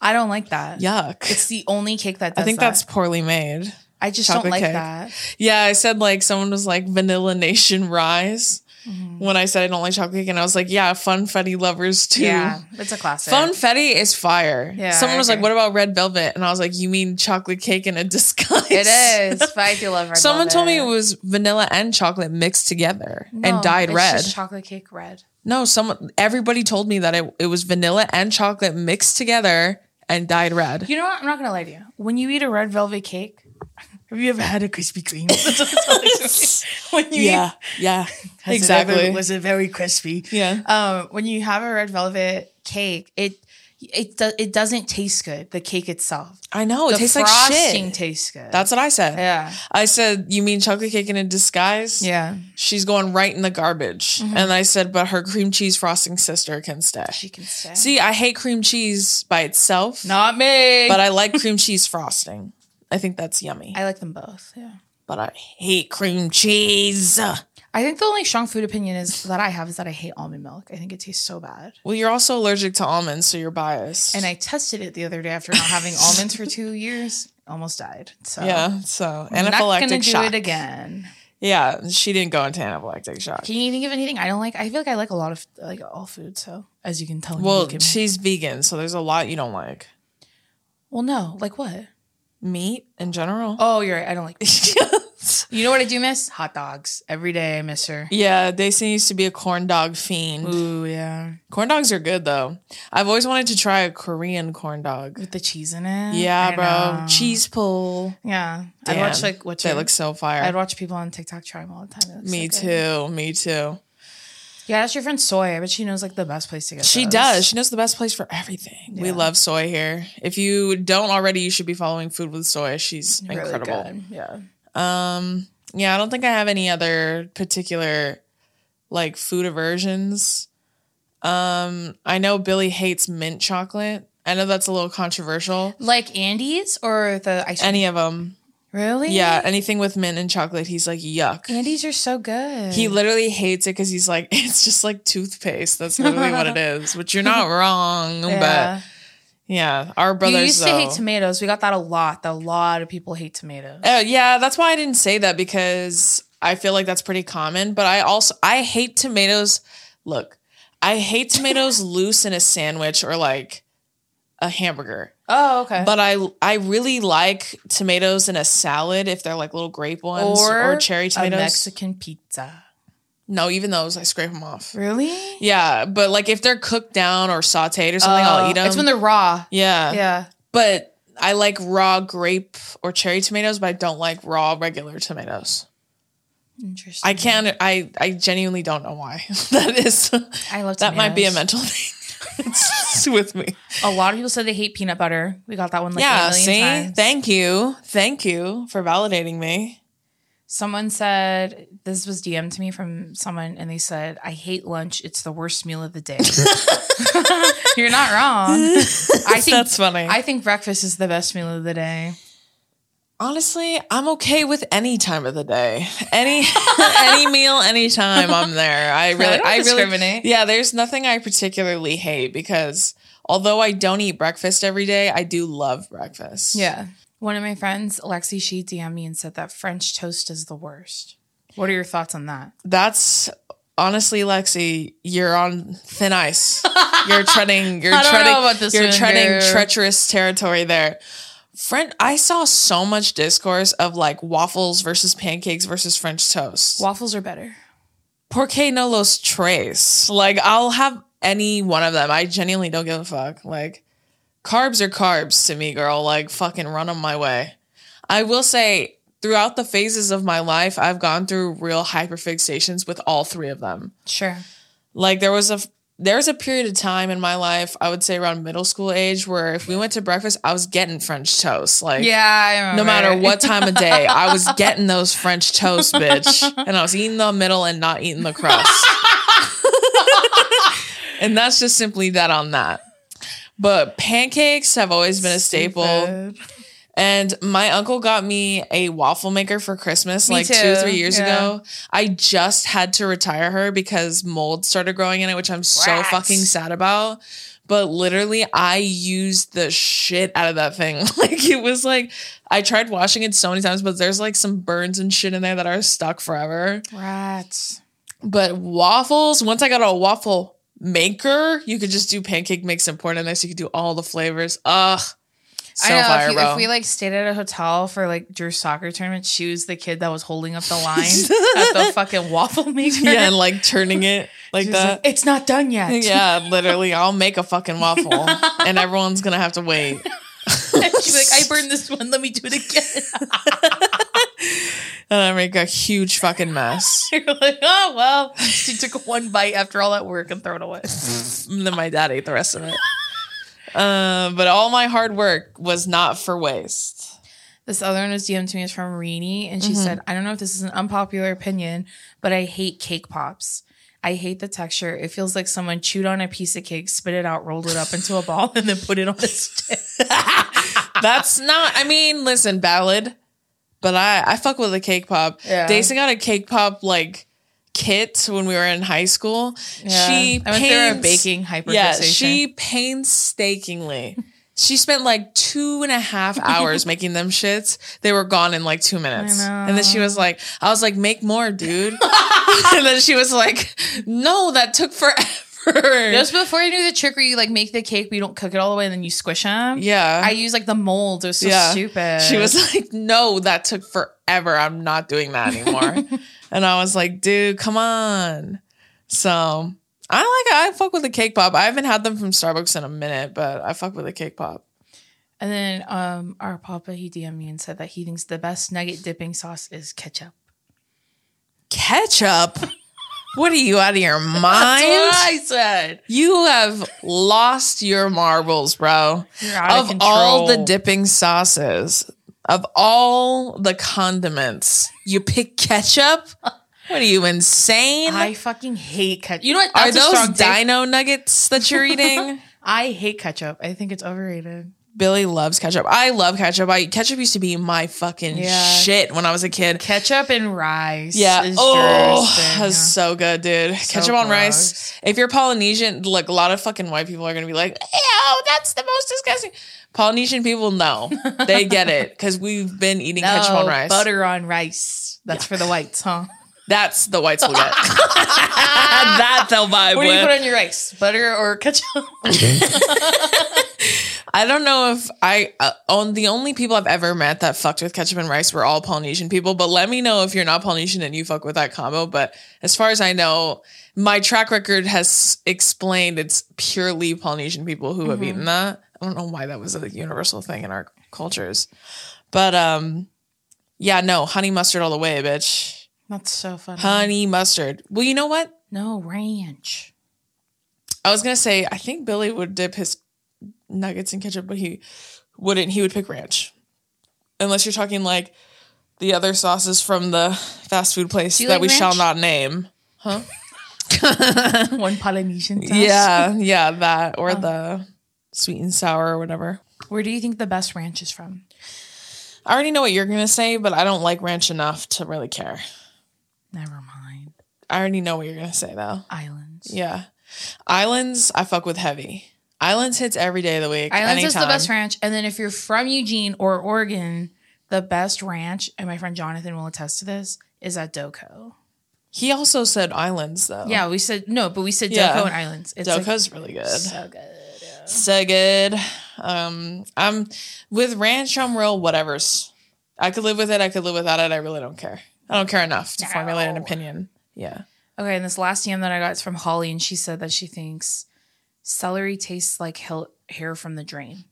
[SPEAKER 1] I don't like that.
[SPEAKER 2] Yuck.
[SPEAKER 1] It's the only cake that does
[SPEAKER 2] I think
[SPEAKER 1] that.
[SPEAKER 2] that's poorly made.
[SPEAKER 1] I just
[SPEAKER 2] chocolate
[SPEAKER 1] don't like
[SPEAKER 2] cake.
[SPEAKER 1] that.
[SPEAKER 2] Yeah, I said like someone was like Vanilla Nation Rise
[SPEAKER 1] Mm-hmm.
[SPEAKER 2] when I said I don't like chocolate cake, and I was like, yeah, Funfetti lovers too.
[SPEAKER 1] Yeah. It's a classic.
[SPEAKER 2] Funfetti is fire.
[SPEAKER 1] Yeah,
[SPEAKER 2] someone
[SPEAKER 1] I
[SPEAKER 2] was like,
[SPEAKER 1] agree.
[SPEAKER 2] what about Red Velvet? And I was like, you mean chocolate cake in a *laughs* disguise?
[SPEAKER 1] It is. But I do *laughs* love red.
[SPEAKER 2] Someone told me it
[SPEAKER 1] velvet.
[SPEAKER 2] was vanilla and chocolate mixed together
[SPEAKER 1] No,
[SPEAKER 2] and dyed
[SPEAKER 1] it's
[SPEAKER 2] red.
[SPEAKER 1] just chocolate cake red.
[SPEAKER 2] no, someone everybody told me that it, it was vanilla and chocolate mixed together and dyed red.
[SPEAKER 1] You know what? I'm not gonna lie to you. When you eat a red velvet cake, *laughs* have you ever had a Krispy
[SPEAKER 2] *laughs*
[SPEAKER 1] Kreme? That's what it's like. *laughs* when you
[SPEAKER 2] yeah,
[SPEAKER 1] *laughs*
[SPEAKER 2] yeah,
[SPEAKER 1] eat, Has it
[SPEAKER 2] exactly.
[SPEAKER 1] ever- was it very crispy?
[SPEAKER 2] yeah,
[SPEAKER 1] Um, when you have a red velvet cake, it it do, it doesn't taste good. The cake itself,
[SPEAKER 2] I know. It
[SPEAKER 1] the
[SPEAKER 2] tastes like
[SPEAKER 1] frosting
[SPEAKER 2] shit.
[SPEAKER 1] tastes good.
[SPEAKER 2] That's what I said.
[SPEAKER 1] yeah,
[SPEAKER 2] I said, "You mean chocolate cake in a disguise?"
[SPEAKER 1] yeah. Mm-hmm.
[SPEAKER 2] She's going right in the garbage. And I said, "But her cream cheese frosting sister can stay."
[SPEAKER 1] She can say.
[SPEAKER 2] See, I hate cream cheese by itself,
[SPEAKER 1] not me.
[SPEAKER 2] but I like cream cheese frosting. I think that's yummy.
[SPEAKER 1] I like them both. Yeah.
[SPEAKER 2] But I hate cream cheese.
[SPEAKER 1] I think the only strong food opinion is that I have is that I hate almond milk. I think it tastes so bad.
[SPEAKER 2] Well, you're also allergic to almonds, so you're biased.
[SPEAKER 1] And I tested it the other day after not having almonds for
[SPEAKER 2] *laughs*
[SPEAKER 1] two years. Almost died. So
[SPEAKER 2] yeah, so
[SPEAKER 1] I'm not gonna
[SPEAKER 2] anaphylactic
[SPEAKER 1] do
[SPEAKER 2] shock.
[SPEAKER 1] it again.
[SPEAKER 2] Yeah, she didn't go into anaphylactic shock.
[SPEAKER 1] Can you even give anything I don't like? I feel like I like a lot of like all food. So as you can tell,
[SPEAKER 2] Well,
[SPEAKER 1] you can,
[SPEAKER 2] she's vegan, so there's a lot you don't like.
[SPEAKER 1] well, no, like what?
[SPEAKER 2] Meat in general.
[SPEAKER 1] Oh, you're right. I don't
[SPEAKER 2] *laughs*
[SPEAKER 1] like. You know what I do miss? Hot dogs every day. I miss her.
[SPEAKER 2] yeah, Daisy used to be a corn dog fiend.
[SPEAKER 1] Ooh yeah,
[SPEAKER 2] Corn dogs are good though. I've always wanted to try a Korean corn dog.
[SPEAKER 1] with the cheese in it.
[SPEAKER 2] Yeah,
[SPEAKER 1] Mm, I
[SPEAKER 2] bro.
[SPEAKER 1] know.
[SPEAKER 2] Cheese pull.
[SPEAKER 1] Yeah,
[SPEAKER 2] Damn,
[SPEAKER 1] I watch like what
[SPEAKER 2] That looks so
[SPEAKER 1] I'd
[SPEAKER 2] fire.
[SPEAKER 1] watch people on TikTok try them all the time. It looks
[SPEAKER 2] Me
[SPEAKER 1] so good.
[SPEAKER 2] too. Me too.
[SPEAKER 1] Yeah, that's your friend Soy. I bet she knows like the best place to get.
[SPEAKER 2] She
[SPEAKER 1] those.
[SPEAKER 2] does. She knows the best place for everything. We
[SPEAKER 1] Yeah.
[SPEAKER 2] love soy here. If you don't already, you should be following Food with Soy. She's
[SPEAKER 1] Really
[SPEAKER 2] incredible.
[SPEAKER 1] good. Yeah.
[SPEAKER 2] Um, yeah, I don't think I have any other particular like food aversions. Um, I know Billy hates mint chocolate. I know that's a little controversial.
[SPEAKER 1] Like Andy's or the ice cream?
[SPEAKER 2] Any of them.
[SPEAKER 1] really?
[SPEAKER 2] Yeah, anything with mint and chocolate, he's like, yuck.
[SPEAKER 1] Andy's are so good.
[SPEAKER 2] He literally hates it because he's like, *laughs* it's just like toothpaste. That's literally
[SPEAKER 1] *laughs*
[SPEAKER 2] what it is. Which you're not wrong,
[SPEAKER 1] yeah.
[SPEAKER 2] but yeah, our
[SPEAKER 1] you
[SPEAKER 2] brothers.
[SPEAKER 1] used to
[SPEAKER 2] though-
[SPEAKER 1] hate tomatoes. We got that a lot. A lot of people hate tomatoes.
[SPEAKER 2] Oh, yeah, that's why I didn't say that because I feel like that's pretty common. But I also I hate tomatoes. Look, I
[SPEAKER 1] *laughs*
[SPEAKER 2] hate tomatoes loose in a sandwich or like a hamburger.
[SPEAKER 1] Oh, okay.
[SPEAKER 2] But I I really like tomatoes in a salad if they're like little grape ones or, cherry tomatoes.
[SPEAKER 1] A Mexican pizza.
[SPEAKER 2] no, even those I scrape them off.
[SPEAKER 1] Really?
[SPEAKER 2] Yeah, but like if they're cooked down or sautéed or something, I'll eat them.
[SPEAKER 1] Uh, It's when they're raw.
[SPEAKER 2] yeah.
[SPEAKER 1] Yeah.
[SPEAKER 2] but I like raw grape or cherry tomatoes, but I don't like raw regular tomatoes.
[SPEAKER 1] Interesting.
[SPEAKER 2] I can't. I I genuinely don't know why *laughs* that is. That
[SPEAKER 1] I love
[SPEAKER 2] might be a
[SPEAKER 1] tomatoes.
[SPEAKER 2] mental thing. *laughs* it's with me.
[SPEAKER 1] A lot of people said they hate peanut butter. We got that one like
[SPEAKER 2] yeah.
[SPEAKER 1] a million
[SPEAKER 2] See.
[SPEAKER 1] times.
[SPEAKER 2] Thank you. Thank you for validating me.
[SPEAKER 1] Someone said this was DM to me from someone, and they said, "I hate lunch. It's the worst meal of the
[SPEAKER 2] *laughs*
[SPEAKER 1] day." You're not wrong. I think
[SPEAKER 2] That's funny.
[SPEAKER 1] I think breakfast is the best meal of the day.
[SPEAKER 2] Honestly, I'm okay with any time of the day, any *laughs* any meal, any time. I'm there. I really, I,
[SPEAKER 1] don't
[SPEAKER 2] really,
[SPEAKER 1] discriminate.
[SPEAKER 2] yeah. There's nothing I particularly hate because although I don't eat breakfast every day, I do love breakfast.
[SPEAKER 1] Yeah. One of my friends, Alexi, she DM'd me and said that French toast is the worst. What are your thoughts on that?
[SPEAKER 2] That's honestly, Lexi, you're on thin ice.
[SPEAKER 1] *laughs*
[SPEAKER 2] You're treading. You're
[SPEAKER 1] I don't
[SPEAKER 2] treading.
[SPEAKER 1] know about this
[SPEAKER 2] you're
[SPEAKER 1] one,
[SPEAKER 2] treading
[SPEAKER 1] girl.
[SPEAKER 2] treacherous territory there. French. I saw so much discourse of like waffles versus pancakes versus French toast.
[SPEAKER 1] Waffles are better.
[SPEAKER 2] Por qué no los tres? Like I'll have any one of them. I genuinely don't give a fuck. Like carbs are carbs to me, girl. Like fucking run them my way. I will say throughout the phases of my life, I've gone through real hyperfixations with all three of them
[SPEAKER 1] Sure.
[SPEAKER 2] like there was a there was a period of time in my life i would say around middle school age where if we went to breakfast i was getting french toast like
[SPEAKER 1] Yeah, I
[SPEAKER 2] no
[SPEAKER 1] remember.
[SPEAKER 2] matter what time of day
[SPEAKER 1] *laughs*
[SPEAKER 2] i was getting those french toast bitch and i was eating the middle and not eating
[SPEAKER 1] *laughs*
[SPEAKER 2] the crust and that's just simply that on that but pancakes have always been a staple
[SPEAKER 1] Stupid.
[SPEAKER 2] and my uncle got me a waffle maker for Christmas
[SPEAKER 1] Me
[SPEAKER 2] like two,
[SPEAKER 1] too.
[SPEAKER 2] three years
[SPEAKER 1] Yeah.
[SPEAKER 2] ago. I just had to retire her because mold started growing in it, which I'm so
[SPEAKER 1] Rats.
[SPEAKER 2] fucking sad about. But literally, I used the shit out of that thing. *laughs* Like it was like I tried washing it so many times, but there's like some burns and shit in there that are stuck forever.
[SPEAKER 1] Rats.
[SPEAKER 2] But waffles, once I got a waffle maker, you could just do pancake mix and pour it in there, so you could do all the flavors.
[SPEAKER 1] *laughs*
[SPEAKER 2] Ugh, so
[SPEAKER 1] I know
[SPEAKER 2] fire,
[SPEAKER 1] if, you,
[SPEAKER 2] bro.
[SPEAKER 1] if we like stayed at a hotel for like Drew's soccer tournament, she was the kid that was holding
[SPEAKER 2] *laughs*
[SPEAKER 1] up the line at the fucking waffle maker. *laughs*
[SPEAKER 2] yeah, and like turning it like
[SPEAKER 1] She's
[SPEAKER 2] that.
[SPEAKER 1] like, it's not done yet.
[SPEAKER 2] *laughs* yeah, literally, I'll make a fucking waffle, and everyone's gonna have to wait.
[SPEAKER 1] *laughs* And she'd be like, I burned this one. Let me do it again. *laughs*
[SPEAKER 2] And I make a huge fucking mess.
[SPEAKER 1] You're like, oh, well. She took one bite after all that work and threw it away.
[SPEAKER 2] And then my dad ate the rest of it. Uh, but all my hard work was not for waste.
[SPEAKER 1] This other one was DM'd to me. It's from Rini. And
[SPEAKER 2] Mm-hmm.
[SPEAKER 1] she said, I don't know if this is an unpopular opinion, but I hate cake pops. I hate the texture. It feels like someone chewed on a piece of cake, spit it out, rolled it up into a ball, *laughs* and then put it on a stick.
[SPEAKER 2] That's not. I mean, listen, ballad. But I, I fuck with a cake pop.
[SPEAKER 1] Yeah.
[SPEAKER 2] Daisy got a cake pop like kit when we were in high school. She
[SPEAKER 1] I went through a
[SPEAKER 2] paints-
[SPEAKER 1] baking hyperfixation.
[SPEAKER 2] Yeah, she painstakingly. She spent like two and a
[SPEAKER 1] *laughs*
[SPEAKER 2] half hours making them shits. They were gone in like two minutes.
[SPEAKER 1] know.
[SPEAKER 2] And then she was like, I was like, make more, dude. *laughs* and then she was like, no, that took forever.
[SPEAKER 1] Just before you do the trick where you like make the cake, but you don't cook it all the way, and then you squish them.
[SPEAKER 2] yeah.
[SPEAKER 1] I use like the molds. It was so
[SPEAKER 2] Yeah.
[SPEAKER 1] stupid.
[SPEAKER 2] she was like, no, that took forever. I'm not doing
[SPEAKER 1] *laughs*
[SPEAKER 2] that anymore. and I was like, dude, come on. So I like, I fuck with the cake pop. I haven't had them from Starbucks in a minute, but I fuck with the cake pop.
[SPEAKER 1] And then um, our papa he DM'd me and said that he thinks the best nugget dipping sauce is ketchup.
[SPEAKER 2] Ketchup? What are you out of your
[SPEAKER 1] That's what
[SPEAKER 2] mind?
[SPEAKER 1] I said.
[SPEAKER 2] You have lost your marbles, bro.
[SPEAKER 1] You're out
[SPEAKER 2] Of all the
[SPEAKER 1] control.
[SPEAKER 2] dipping sauces, of all the condiments, you pick ketchup? What are you insane?
[SPEAKER 1] I fucking hate ketchup. You know what?
[SPEAKER 2] are
[SPEAKER 1] That's a
[SPEAKER 2] those
[SPEAKER 1] strong take.
[SPEAKER 2] dino nuggets that
[SPEAKER 1] *laughs*
[SPEAKER 2] you're eating?
[SPEAKER 1] I hate ketchup. I think it's overrated.
[SPEAKER 2] Billy loves ketchup. I love ketchup. I ketchup used to be my fucking
[SPEAKER 1] Yeah.
[SPEAKER 2] shit when I was a kid.
[SPEAKER 1] Ketchup and rice.
[SPEAKER 2] Yeah.
[SPEAKER 1] Is
[SPEAKER 2] Oh,
[SPEAKER 1] yours thing,
[SPEAKER 2] that's
[SPEAKER 1] yeah.
[SPEAKER 2] so good, dude. Ketchup on
[SPEAKER 1] gross.
[SPEAKER 2] rice. If you're Polynesian, look, a lot of fucking white people are gonna be like, "Ew, that's the most disgusting." Polynesian people know they get it because we've been eating ketchup on
[SPEAKER 1] No,
[SPEAKER 2] rice.
[SPEAKER 1] Butter on rice. That's for the whites, huh?
[SPEAKER 2] That's the
[SPEAKER 1] *laughs*
[SPEAKER 2] whites will *laughs* get. that they'll vibe
[SPEAKER 1] What do you
[SPEAKER 2] with.
[SPEAKER 1] put on your rice? Butter or ketchup? *laughs*
[SPEAKER 2] I don't know if I uh, on the only people I've ever met that fucked with ketchup and rice were all Polynesian people, but let me know if you're not Polynesian and you fuck with that combo. But as far as I know, my track record has explained it's purely Polynesian people who have eaten that. I don't know why that was a universal thing in our cultures, but um, yeah, no, honey mustard all the way, bitch.
[SPEAKER 1] That's so funny.
[SPEAKER 2] Honey mustard. Well, you know what?
[SPEAKER 1] No
[SPEAKER 2] *laughs*
[SPEAKER 1] ranch.
[SPEAKER 2] I was gonna say I think Billy would dip his nuggets in ketchup, but he wouldn't. He would pick ranch, unless you're talking like the other sauces from the fast food place
[SPEAKER 1] Do you
[SPEAKER 2] that
[SPEAKER 1] like
[SPEAKER 2] we shall
[SPEAKER 1] ranch?
[SPEAKER 2] not name. *laughs*
[SPEAKER 1] One Polynesian sauce.
[SPEAKER 2] Yeah, yeah, that
[SPEAKER 1] Oh.
[SPEAKER 2] or the sweet and sour or whatever.
[SPEAKER 1] Where do you think the best ranch is from?
[SPEAKER 2] I already know what you're gonna say, but I don't like ranch enough to really care.
[SPEAKER 1] Never mind.
[SPEAKER 2] I already know what you're gonna say though.
[SPEAKER 1] Islands.
[SPEAKER 2] Yeah, islands I fuck with heavy. Islands hits every day of the week.
[SPEAKER 1] Islands is the
[SPEAKER 2] anytime.
[SPEAKER 1] best ranch. And then if you're from Eugene or Oregon, the best ranch, and my friend Jonathan will attest to this, is at Doco.
[SPEAKER 2] He also said Islands though.
[SPEAKER 1] Yeah, we said no, but we said Doco
[SPEAKER 2] Oh. Yeah.
[SPEAKER 1] and Islands. It's like,
[SPEAKER 2] Doko's really good.
[SPEAKER 1] so good.
[SPEAKER 2] So good. Um, I'm with ranch. I'm real whatever's. I could live with it. I could live without it. I really don't care. I don't care enough to formulate an
[SPEAKER 1] No.
[SPEAKER 2] opinion. Yeah.
[SPEAKER 1] Okay, and this last DM that I got is from Holly, and she said that she thinks celery tastes like hell- hair from the drain.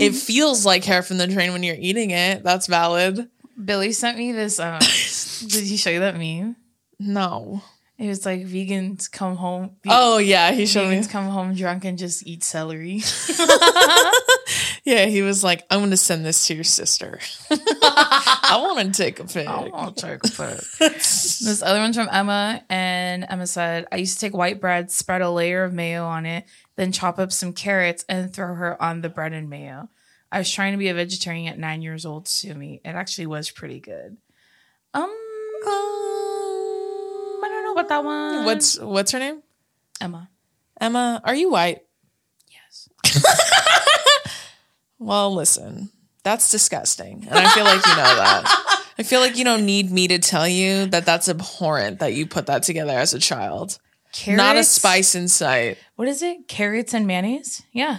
[SPEAKER 2] It feels like hair from the drain when you're eating it. That's valid.
[SPEAKER 1] Billy sent me this.
[SPEAKER 2] *laughs*
[SPEAKER 1] Um, did he show you that meme?
[SPEAKER 2] No.
[SPEAKER 1] It was like vegans come home.
[SPEAKER 2] Oh yeah, he showed me.
[SPEAKER 1] vegans come home drunk and just eat celery.
[SPEAKER 2] Yeah, he was like, "I'm gonna send this to
[SPEAKER 1] *laughs*
[SPEAKER 2] your sister. *laughs* I want to take a pic."
[SPEAKER 1] I
[SPEAKER 2] *laughs*
[SPEAKER 1] won't take a *laughs* photo. This other one's from Emma, and Emma said, I used to take white bread, spread a layer of mayo on it, then chop up some carrots and throw her on the bread and mayo. I was trying to be a vegetarian at nine years old, sue me. It actually was pretty good. Um, I don't know about that one.
[SPEAKER 2] What's what's her name?
[SPEAKER 1] Emma?
[SPEAKER 2] Emma. Are you white?
[SPEAKER 1] Yes.
[SPEAKER 2] *laughs* Well, listen, that's disgusting. And I feel like you know that. I feel like you don't need me to tell you that that's abhorrent that you put that together as a child.
[SPEAKER 1] Carrots?
[SPEAKER 2] Not a spice in sight.
[SPEAKER 1] What is it? Carrots and mayonnaise? Yeah.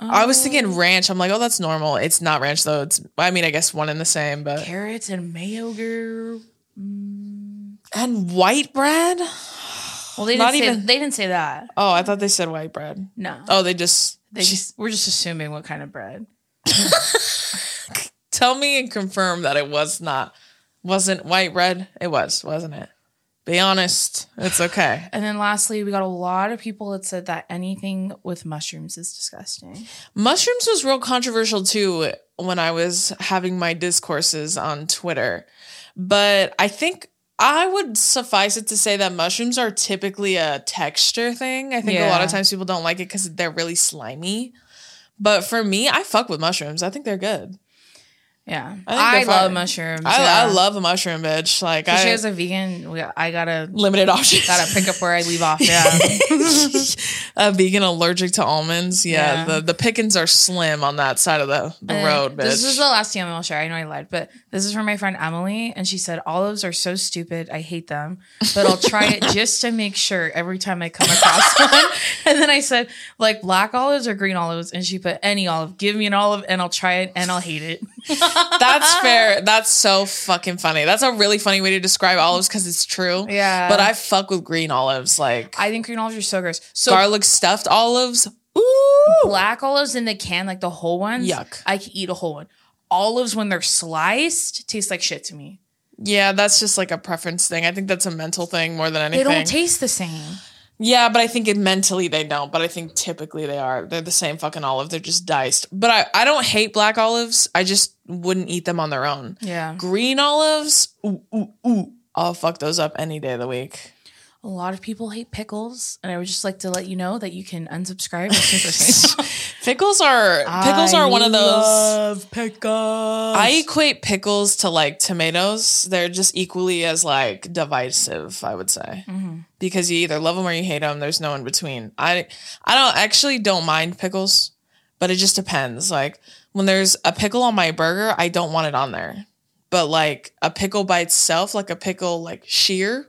[SPEAKER 2] I was thinking ranch. I'm like, oh, that's normal. It's not ranch though. It's, I mean, I guess one and the same, but.
[SPEAKER 1] Carrots and mayo, girl.
[SPEAKER 2] and white bread?
[SPEAKER 1] Well, they didn't,
[SPEAKER 2] Not
[SPEAKER 1] say,
[SPEAKER 2] even-
[SPEAKER 1] they didn't say that.
[SPEAKER 2] Oh, I thought they said white bread.
[SPEAKER 1] No.
[SPEAKER 2] Oh, they just.
[SPEAKER 1] They just, we're just assuming what kind of bread.
[SPEAKER 2] tell me and confirm that it was not. Wasn't white bread? It was, wasn't it? Be honest. It's okay. *laughs*
[SPEAKER 1] And then lastly, we got a lot of people that said that anything with mushrooms is disgusting.
[SPEAKER 2] Mushrooms was real controversial too when I was having my discourses on Twitter. But I think I would suffice it to say that mushrooms are typically a texture thing. I think a lot
[SPEAKER 1] Yeah.
[SPEAKER 2] of times people don't like it because they're really slimy. But for me, I fuck with mushrooms. I think they're good.
[SPEAKER 1] Yeah.
[SPEAKER 2] I
[SPEAKER 1] I,
[SPEAKER 2] think they're
[SPEAKER 1] love
[SPEAKER 2] fine.
[SPEAKER 1] mushrooms. yeah.
[SPEAKER 2] I, I love a mushroom, bitch. Like,
[SPEAKER 1] Especially
[SPEAKER 2] I
[SPEAKER 1] as a vegan, we, I gotta
[SPEAKER 2] limited *laughs* options.
[SPEAKER 1] gotta pick up where I leave
[SPEAKER 2] *laughs*
[SPEAKER 1] off. Yeah.
[SPEAKER 2] a vegan allergic to almonds. Yeah,
[SPEAKER 1] Yeah.
[SPEAKER 2] The, the pickings are slim on that side of the, the
[SPEAKER 1] And
[SPEAKER 2] road, bitch.
[SPEAKER 1] Eh, This *laughs* is the last DM I'll share. I know I lied, but this is from my friend Emily, and she said olives are so stupid. I hate them, but I'll try *laughs* it just to make sure every time I come across *laughs* one. And then I said like black olives or green olives, and she put any olive. Give me an olive, and I'll try it, and I'll hate it.
[SPEAKER 2] That's fair. That's so fucking funny. That's a really funny way to describe olives because it's true.
[SPEAKER 1] Yeah.
[SPEAKER 2] But I fuck with green olives, like
[SPEAKER 1] *laughs* I think green olives are so gross. So
[SPEAKER 2] garlic stuffed olives. Ooh.
[SPEAKER 1] black olives in the can, like the whole ones.
[SPEAKER 2] Yuck.
[SPEAKER 1] I can eat a whole one. Olives when they're sliced taste like shit to me.
[SPEAKER 2] Yeah, that's just like a preference thing. I think that's a mental thing more than
[SPEAKER 1] They
[SPEAKER 2] anything.
[SPEAKER 1] don't taste the same.
[SPEAKER 2] yeah, but I think it, mentally they don't. But I think typically they are. They're the same fucking olive. They're just diced. But I, I don't hate black olives. I just wouldn't eat them on their own.
[SPEAKER 1] Yeah.
[SPEAKER 2] Green olives, ooh, ooh, ooh. I'll fuck those up any day of the week.
[SPEAKER 1] A lot of people hate pickles, and I would just like to let you know that you can unsubscribe. as soon as *laughs* I say-
[SPEAKER 2] Pickles are pickles are one of those.
[SPEAKER 1] love pickles.
[SPEAKER 2] I equate pickles to like tomatoes. They're just equally as like divisive, I would say, because you either love them or you hate them. There's no in between. I I don't actually don't mind pickles, but it just depends. Like when there's a pickle on my burger, I don't want it on there. But like a pickle by itself, like a pickle like sheer,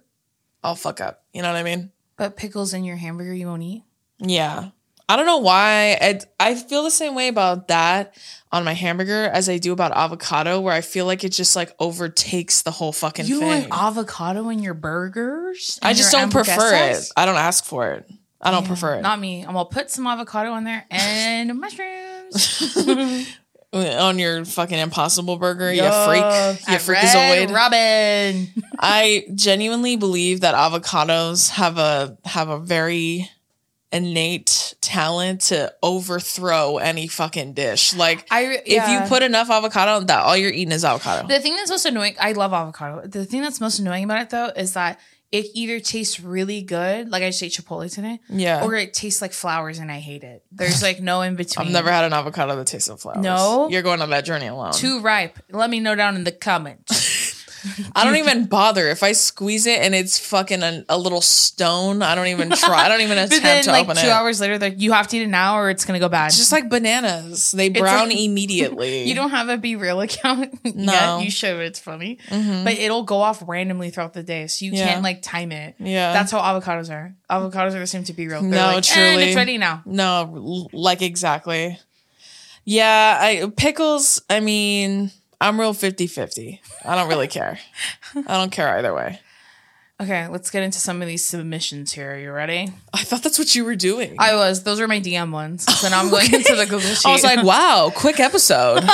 [SPEAKER 2] I'll fuck up. You know what I mean?
[SPEAKER 1] but pickles in your hamburger you won't eat.
[SPEAKER 2] Yeah. I don't know why. I, I feel the same way about that on my hamburger as I do about avocado, where I feel like it just like overtakes the whole fucking
[SPEAKER 1] You
[SPEAKER 2] thing.
[SPEAKER 1] want avocado in your burgers?
[SPEAKER 2] I
[SPEAKER 1] And
[SPEAKER 2] just
[SPEAKER 1] your
[SPEAKER 2] don't prefer it.
[SPEAKER 1] hamburguesas?
[SPEAKER 2] I don't ask for it. I don't prefer it.
[SPEAKER 1] Not me. I'm gonna put some avocado on there and *laughs* mushrooms.
[SPEAKER 2] *laughs* on your fucking impossible burger, you freak. You freakazoid.
[SPEAKER 1] Robin.
[SPEAKER 2] I genuinely believe that avocados have a have a very innate talent to overthrow any fucking dish. Like
[SPEAKER 1] I
[SPEAKER 2] if you put enough avocado, that all you're eating is avocado.
[SPEAKER 1] The thing that's most annoying, I love avocado. The thing that's most annoying about it though is that it either tastes really good, like I just ate Chipotle today,
[SPEAKER 2] Yeah.
[SPEAKER 1] or it tastes like flowers and I hate it. There's like no in between.
[SPEAKER 2] I've never had an avocado that tastes of flowers.
[SPEAKER 1] No?
[SPEAKER 2] You're going on that journey alone. *laughs*
[SPEAKER 1] too ripe. Let me know down in the comments.
[SPEAKER 2] I don't even bother. If I squeeze it and it's fucking a, a little stone, I don't even try. I
[SPEAKER 1] *laughs*
[SPEAKER 2] don't even
[SPEAKER 1] But
[SPEAKER 2] attempt
[SPEAKER 1] then,
[SPEAKER 2] to
[SPEAKER 1] like
[SPEAKER 2] open
[SPEAKER 1] two
[SPEAKER 2] it.
[SPEAKER 1] hours later, they're like you have to eat it now or it's gonna go bad.
[SPEAKER 2] It's just like bananas. They brown
[SPEAKER 1] like- *laughs*
[SPEAKER 2] immediately.
[SPEAKER 1] you don't have a Be Real account *laughs* yet.
[SPEAKER 2] No. Mm-hmm.
[SPEAKER 1] You should. It's funny, but it'll go off randomly throughout the day, so you
[SPEAKER 2] Yeah.
[SPEAKER 1] can't like time it.
[SPEAKER 2] Yeah.
[SPEAKER 1] that's how avocados are. Avocados are the same to Be Real. They're
[SPEAKER 2] No,
[SPEAKER 1] like, And
[SPEAKER 2] truly.
[SPEAKER 1] it's ready now.
[SPEAKER 2] No, l- like exactly. Yeah, I pickles, I mean, I'm real 50-50. I don't really care. I don't care either way.
[SPEAKER 1] Okay, let's get into some of these submissions here. Are you ready?
[SPEAKER 2] I thought that's what you were doing.
[SPEAKER 1] I was. Those were my DM ones. So now I'm
[SPEAKER 2] *laughs*
[SPEAKER 1] going into the Google sheet.
[SPEAKER 2] I was like, wow,
[SPEAKER 1] *laughs*
[SPEAKER 2] quick episode.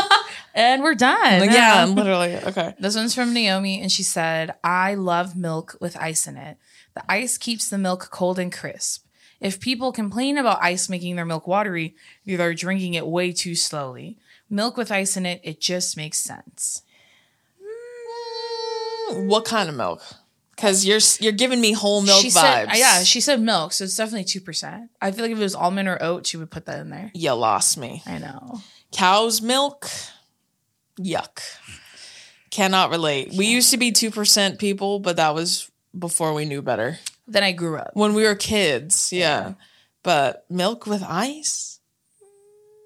[SPEAKER 1] and we're done.
[SPEAKER 2] Like, yeah, I'm literally okay.
[SPEAKER 1] *laughs* This one's from Naomi, and she said, I love milk with ice in it. The ice keeps the milk cold and crisp. If people complain about ice making their milk watery, they're drinking it way too slowly. Milk with ice in it, it just makes sense.
[SPEAKER 2] What kind of milk? Because you're s- you're giving me whole milk
[SPEAKER 1] she said,
[SPEAKER 2] vibes.
[SPEAKER 1] yeah, she said milk, so it's definitely 2%. I feel like if it was almond or oat, she would put that in there.
[SPEAKER 2] you lost me.
[SPEAKER 1] I know.
[SPEAKER 2] Cow's milk, yuck. Cannot relate. We used to be two percent people, but that was before we knew better.
[SPEAKER 1] Then I grew up.
[SPEAKER 2] when we were kids. Yeah. But milk with ice?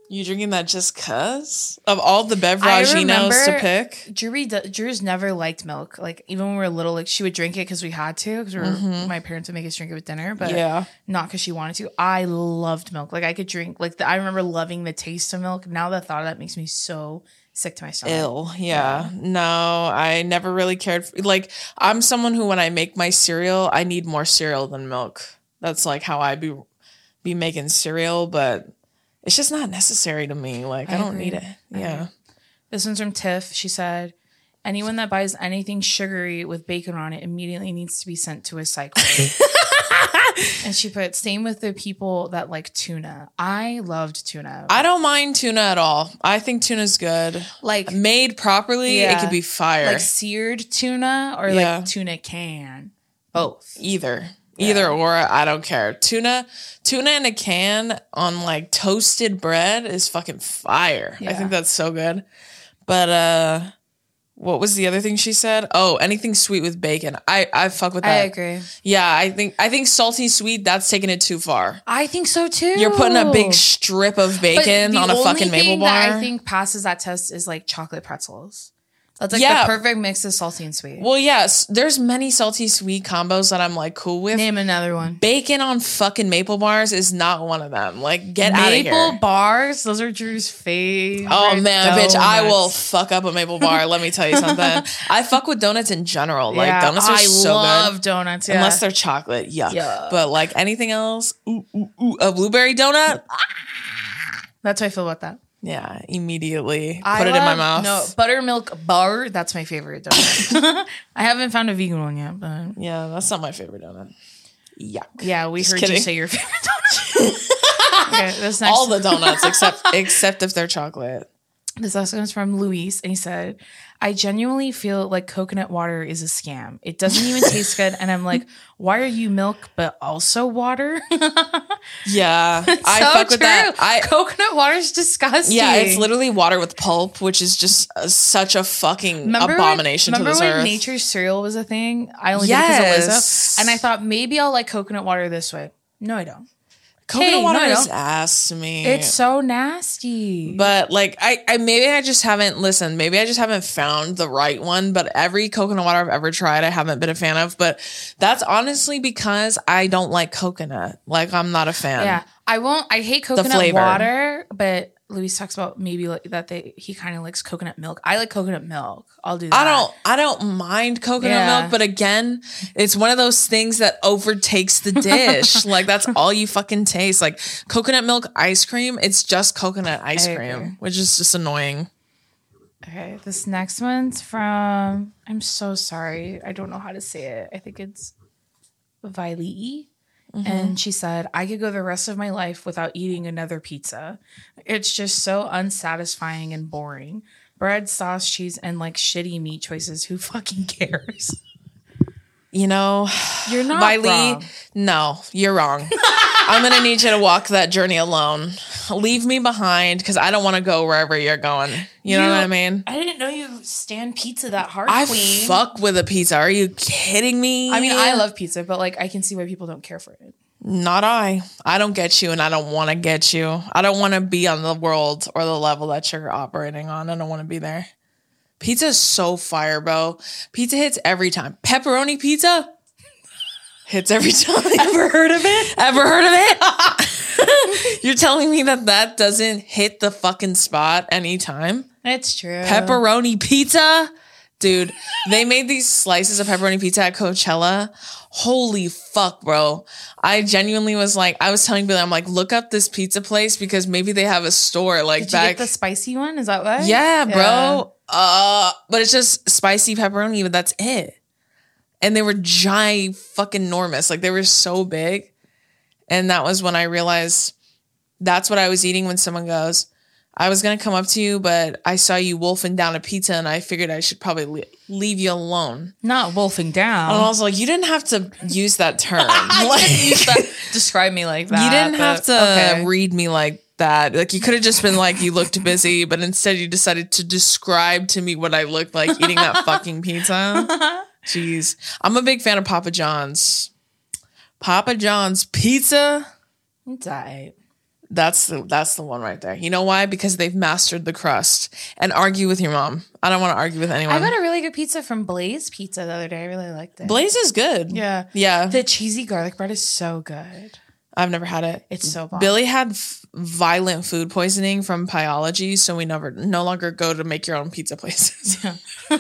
[SPEAKER 2] You drinking that just cuz? Of all the beveraginos to
[SPEAKER 1] remember-
[SPEAKER 2] pick?
[SPEAKER 1] Drury, d- Drew's never liked milk. Like even when we were little, like she would drink it because we had to, because my parents would make us drink it with dinner. But
[SPEAKER 2] Mm-hmm. Yeah.
[SPEAKER 1] not because she wanted to. I loved milk. Like I could drink. Like the, I remember loving the taste of milk. Now that thought of that makes me so sick to my stomach.
[SPEAKER 2] Ill. Yeah. No, I never really cared. For, like, I'm someone who, when I make my cereal, I need more cereal than milk. That's like how I be be making cereal, but it's just not necessary to me. Like, I, don't
[SPEAKER 1] agree.
[SPEAKER 2] need it. Yeah.
[SPEAKER 1] This one's from Tiff. She said, "Anyone that buys anything sugary with bacon on it immediately needs to be sent to a psych
[SPEAKER 2] *laughs*
[SPEAKER 1] ward." and she put, "Same with the people that like tuna. I loved tuna.
[SPEAKER 2] I don't mind tuna at all. I think tuna's good.
[SPEAKER 1] like
[SPEAKER 2] Made properly, it
[SPEAKER 1] Yeah.
[SPEAKER 2] could be fire.
[SPEAKER 1] like seared tuna or
[SPEAKER 2] Yeah.
[SPEAKER 1] like tuna can. Both.
[SPEAKER 2] either either or i don't care tuna tuna in a can on like toasted bread is fucking fire i
[SPEAKER 1] Yeah.
[SPEAKER 2] think that's so good but uh what was the other thing she said oh anything sweet with bacon i i fuck with
[SPEAKER 1] I
[SPEAKER 2] that
[SPEAKER 1] agree.
[SPEAKER 2] yeah i think i think salty sweet that's taking it too far
[SPEAKER 1] I think so too.
[SPEAKER 2] you're putting a big strip of
[SPEAKER 1] But
[SPEAKER 2] bacon
[SPEAKER 1] the
[SPEAKER 2] on a
[SPEAKER 1] only
[SPEAKER 2] fucking maple
[SPEAKER 1] thing
[SPEAKER 2] bar
[SPEAKER 1] That I think passes that test is like chocolate pretzels. That's like
[SPEAKER 2] Yeah.
[SPEAKER 1] the perfect mix of salty and sweet.
[SPEAKER 2] well yes there's many salty sweet combos that i'm like cool with
[SPEAKER 1] Name another one.
[SPEAKER 2] bacon on fucking maple bars is not one of them like get out of here
[SPEAKER 1] Maple bars, those are Drew's favorite.
[SPEAKER 2] Oh man, bitch! I will
[SPEAKER 1] donuts.
[SPEAKER 2] fuck up a maple bar. Let me tell
[SPEAKER 1] *laughs*
[SPEAKER 2] you something. I fuck with donuts in general. Like
[SPEAKER 1] Yeah,
[SPEAKER 2] donuts are
[SPEAKER 1] I
[SPEAKER 2] so
[SPEAKER 1] love
[SPEAKER 2] good,
[SPEAKER 1] donuts. Yeah.
[SPEAKER 2] unless they're chocolate. Yuck.
[SPEAKER 1] Yeah.
[SPEAKER 2] But like anything else, ooh, ooh, ooh, a blueberry donut.
[SPEAKER 1] that's how I feel about that.
[SPEAKER 2] Yeah, immediately
[SPEAKER 1] I
[SPEAKER 2] put it in my
[SPEAKER 1] love-
[SPEAKER 2] mouth.
[SPEAKER 1] No, buttermilk bar. That's my favorite
[SPEAKER 2] *laughs*
[SPEAKER 1] donut. *laughs* I haven't found a vegan one yet, but
[SPEAKER 2] Yeah, that's not my favorite donut. Yuck.
[SPEAKER 1] yeah, we
[SPEAKER 2] Just
[SPEAKER 1] heard you
[SPEAKER 2] kidding.
[SPEAKER 1] say your
[SPEAKER 2] *laughs*
[SPEAKER 1] favorite donut. okay, this next *laughs*
[SPEAKER 2] All the donuts except except if they're chocolate.
[SPEAKER 1] This also comes from Luis, and he said, I genuinely feel like coconut water is a scam. It doesn't even taste good. And I'm like, why are you milk but also water? *laughs*
[SPEAKER 2] Yeah, I
[SPEAKER 1] So
[SPEAKER 2] fuck with
[SPEAKER 1] true.
[SPEAKER 2] that. I
[SPEAKER 1] coconut water is disgusting.
[SPEAKER 2] yeah, it's literally water with pulp, which is just uh, such a fucking
[SPEAKER 1] Remember
[SPEAKER 2] abomination
[SPEAKER 1] When,
[SPEAKER 2] to
[SPEAKER 1] remember
[SPEAKER 2] this
[SPEAKER 1] when
[SPEAKER 2] earth.
[SPEAKER 1] nature's cereal was a thing? I only did it because of
[SPEAKER 2] Yes.
[SPEAKER 1] Lizzo. And I thought maybe I'll like coconut water this way. No, I don't.
[SPEAKER 2] Coconut
[SPEAKER 1] Hey, no,
[SPEAKER 2] water
[SPEAKER 1] I
[SPEAKER 2] is
[SPEAKER 1] don't.
[SPEAKER 2] ass to me.
[SPEAKER 1] It's so nasty.
[SPEAKER 2] But like I, I maybe I just haven't listened. Maybe I just haven't found the right one. But every coconut water I've ever tried, I haven't been a fan of. But that's honestly because I don't like coconut. Like I'm not a fan.
[SPEAKER 1] yeah, I won't. I hate coconut
[SPEAKER 2] flavor.
[SPEAKER 1] water, but Luis talks about maybe like that they he kind of likes coconut milk. I like coconut milk. I'll do. that.
[SPEAKER 2] I don't I don't mind coconut
[SPEAKER 1] Yeah.
[SPEAKER 2] milk, but again, it's one of those things that overtakes the dish.
[SPEAKER 1] *laughs*
[SPEAKER 2] like that's all you fucking taste. Like coconut milk ice cream, it's just coconut ice
[SPEAKER 1] I agree.
[SPEAKER 2] cream, which is just annoying.
[SPEAKER 1] Okay, this next one's from. I'm so sorry. I don't know how to say it. I think it's Vilei. And she said, I could go the rest of my life without eating another pizza. It's just so unsatisfying and boring. Bread, sauce, cheese, and like shitty meat choices. Who fucking cares?
[SPEAKER 2] You know,
[SPEAKER 1] You're not
[SPEAKER 2] Miley,
[SPEAKER 1] wrong.
[SPEAKER 2] no,
[SPEAKER 1] *laughs*
[SPEAKER 2] you're wrong. I'm gonna need you to walk that journey alone. Leave me behind because I don't want to go wherever you're going. You, know
[SPEAKER 1] You-
[SPEAKER 2] what I mean?
[SPEAKER 1] I didn't know you stand pizza that hard,
[SPEAKER 2] I
[SPEAKER 1] queen.
[SPEAKER 2] fuck with a pizza. Are you kidding me?
[SPEAKER 1] I mean, I love pizza, but like I can see why people don't care for
[SPEAKER 2] *laughs*
[SPEAKER 1] it.
[SPEAKER 2] Not I. I don't get you and I don't want to get you. I don't want to be on the world or the level that you're operating on. I don't want to be there. Pizza's so fire, bro. Pizza hits every time. Pepperoni pizza hits
[SPEAKER 1] *laughs*
[SPEAKER 2] every *laughs* time. Ever heard of it? Ever heard of it? *laughs* you're telling me that that doesn't hit the fucking spot anytime?
[SPEAKER 1] It's true.
[SPEAKER 2] pepperoni pizza. Dude, they made these slices of pepperoni pizza at Coachella. Holy fuck, bro. I genuinely was like, I was telling Billy, I'm like, look up this pizza place because maybe they have a store like
[SPEAKER 1] Did you
[SPEAKER 2] back.
[SPEAKER 1] get the spicy one? Is that what?
[SPEAKER 2] yeah, bro. Uh, but it's just spicy pepperoni, but that's it. And they were giant fucking enormous. Like they were so big. And that was when I realized that's what I was eating when someone goes, I was going to come up to you, but I saw you wolfing down a pizza and I figured I should probably le- leave you alone.
[SPEAKER 1] Not wolfing
[SPEAKER 2] And I
[SPEAKER 1] *laughs* down.
[SPEAKER 2] was like, you didn't have to use
[SPEAKER 1] *laughs*
[SPEAKER 2] that term.
[SPEAKER 1] Oh. I
[SPEAKER 2] Like, *laughs*
[SPEAKER 1] didn't use that- *laughs* Describe me like that.
[SPEAKER 2] you didn't
[SPEAKER 1] but-
[SPEAKER 2] have to
[SPEAKER 1] okay.
[SPEAKER 2] read me like that. Like you could have just been like you looked busy, but instead you decided to describe to me what I looked like eating that
[SPEAKER 1] *laughs*
[SPEAKER 2] fucking pizza. Jeez. I'm a big fan of Papa John's. Papa John's pizza.
[SPEAKER 1] It's all right.
[SPEAKER 2] That's the that's the one right there. You know why? Because they've mastered the crust. And argue with your mom. I don't want to argue with
[SPEAKER 1] I
[SPEAKER 2] anyone.
[SPEAKER 1] got a really good pizza from Blaze Pizza the other day. I really liked it.
[SPEAKER 2] Blaze is good.
[SPEAKER 1] Yeah.
[SPEAKER 2] Yeah.
[SPEAKER 1] The cheesy garlic bread is so good.
[SPEAKER 2] I've never had it.
[SPEAKER 1] It's so bomb.
[SPEAKER 2] Billy had f- violent food poisoning from Pyology, so we never no longer go to make your own pizza places. *laughs*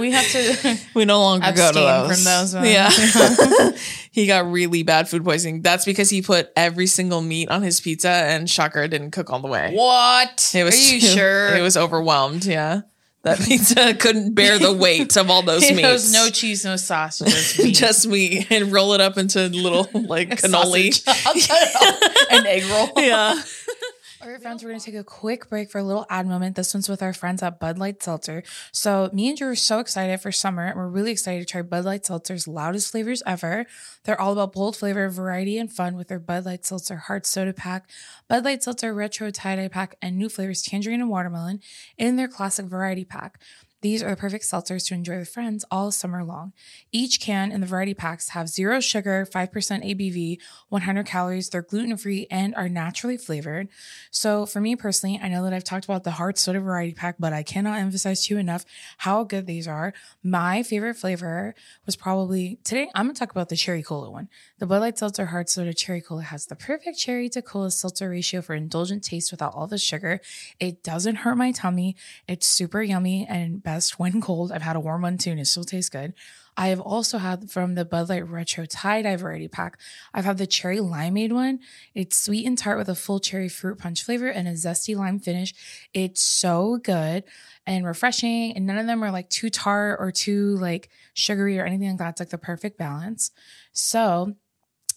[SPEAKER 1] we have to.
[SPEAKER 2] we no longer go to
[SPEAKER 1] Abstain
[SPEAKER 2] those.
[SPEAKER 1] from those ones. *laughs*
[SPEAKER 2] Yeah, *laughs* he got really bad food poisoning. That's because he put every single meat on his pizza, and shocker, it didn't cook all the way.
[SPEAKER 1] what?
[SPEAKER 2] *laughs* It was
[SPEAKER 1] Are you
[SPEAKER 2] too-
[SPEAKER 1] sure?
[SPEAKER 2] It was overwhelmed. Yeah, that pizza *laughs* couldn't bear the weight of all *laughs*
[SPEAKER 1] *laughs*
[SPEAKER 2] those
[SPEAKER 1] It
[SPEAKER 2] meats.
[SPEAKER 1] was no
[SPEAKER 2] *laughs*
[SPEAKER 1] cheese, no sauce, just meat.
[SPEAKER 2] just meat and roll it up into little *laughs* like
[SPEAKER 1] *laughs*
[SPEAKER 2] cannoli.
[SPEAKER 1] Sausage. I'll cut it off. *laughs* An egg roll.
[SPEAKER 2] *laughs* Yeah.
[SPEAKER 1] All right, friends, we're going to take a quick break for a little ad moment. This one's with our friends at Bud Light Seltzer. So, me and Drew are so excited for summer, and we're really excited to try Bud Light Seltzer's loudest flavors ever. They're all about bold flavor, variety, and fun with their Bud Light Seltzer Hard Soda Pack, Bud Light Seltzer Retro Tie Dye Pack, and new flavors Tangerine and Watermelon in their Classic Variety Pack. These are the perfect seltzers to enjoy with friends all summer long. Each can and the variety packs have zero sugar, 5% ABV, 100 calories, they're gluten free, and are naturally flavored. So, for me personally, I know that I've talked about the hard soda variety pack, but I cannot emphasize to you enough how good these are. My favorite flavor was probably today. I'm gonna talk about the cherry cola one. The Bud Light Seltzer Hard Soda Cherry Cola has the perfect cherry to cola seltzer ratio for indulgent taste without all the sugar. It doesn't hurt my tummy. It's super yummy and best when *laughs* cold. I've had a warm one too, and it still tastes good. I have also had from the Bud Light Retro Tie Dye Variety Pack. I've had the cherry limeade one. It's sweet and tart with a full cherry fruit punch flavor and a zesty lime finish. It's so good and refreshing, and none of them are like too tart or too like sugary or anything like that. It's like the perfect balance. So,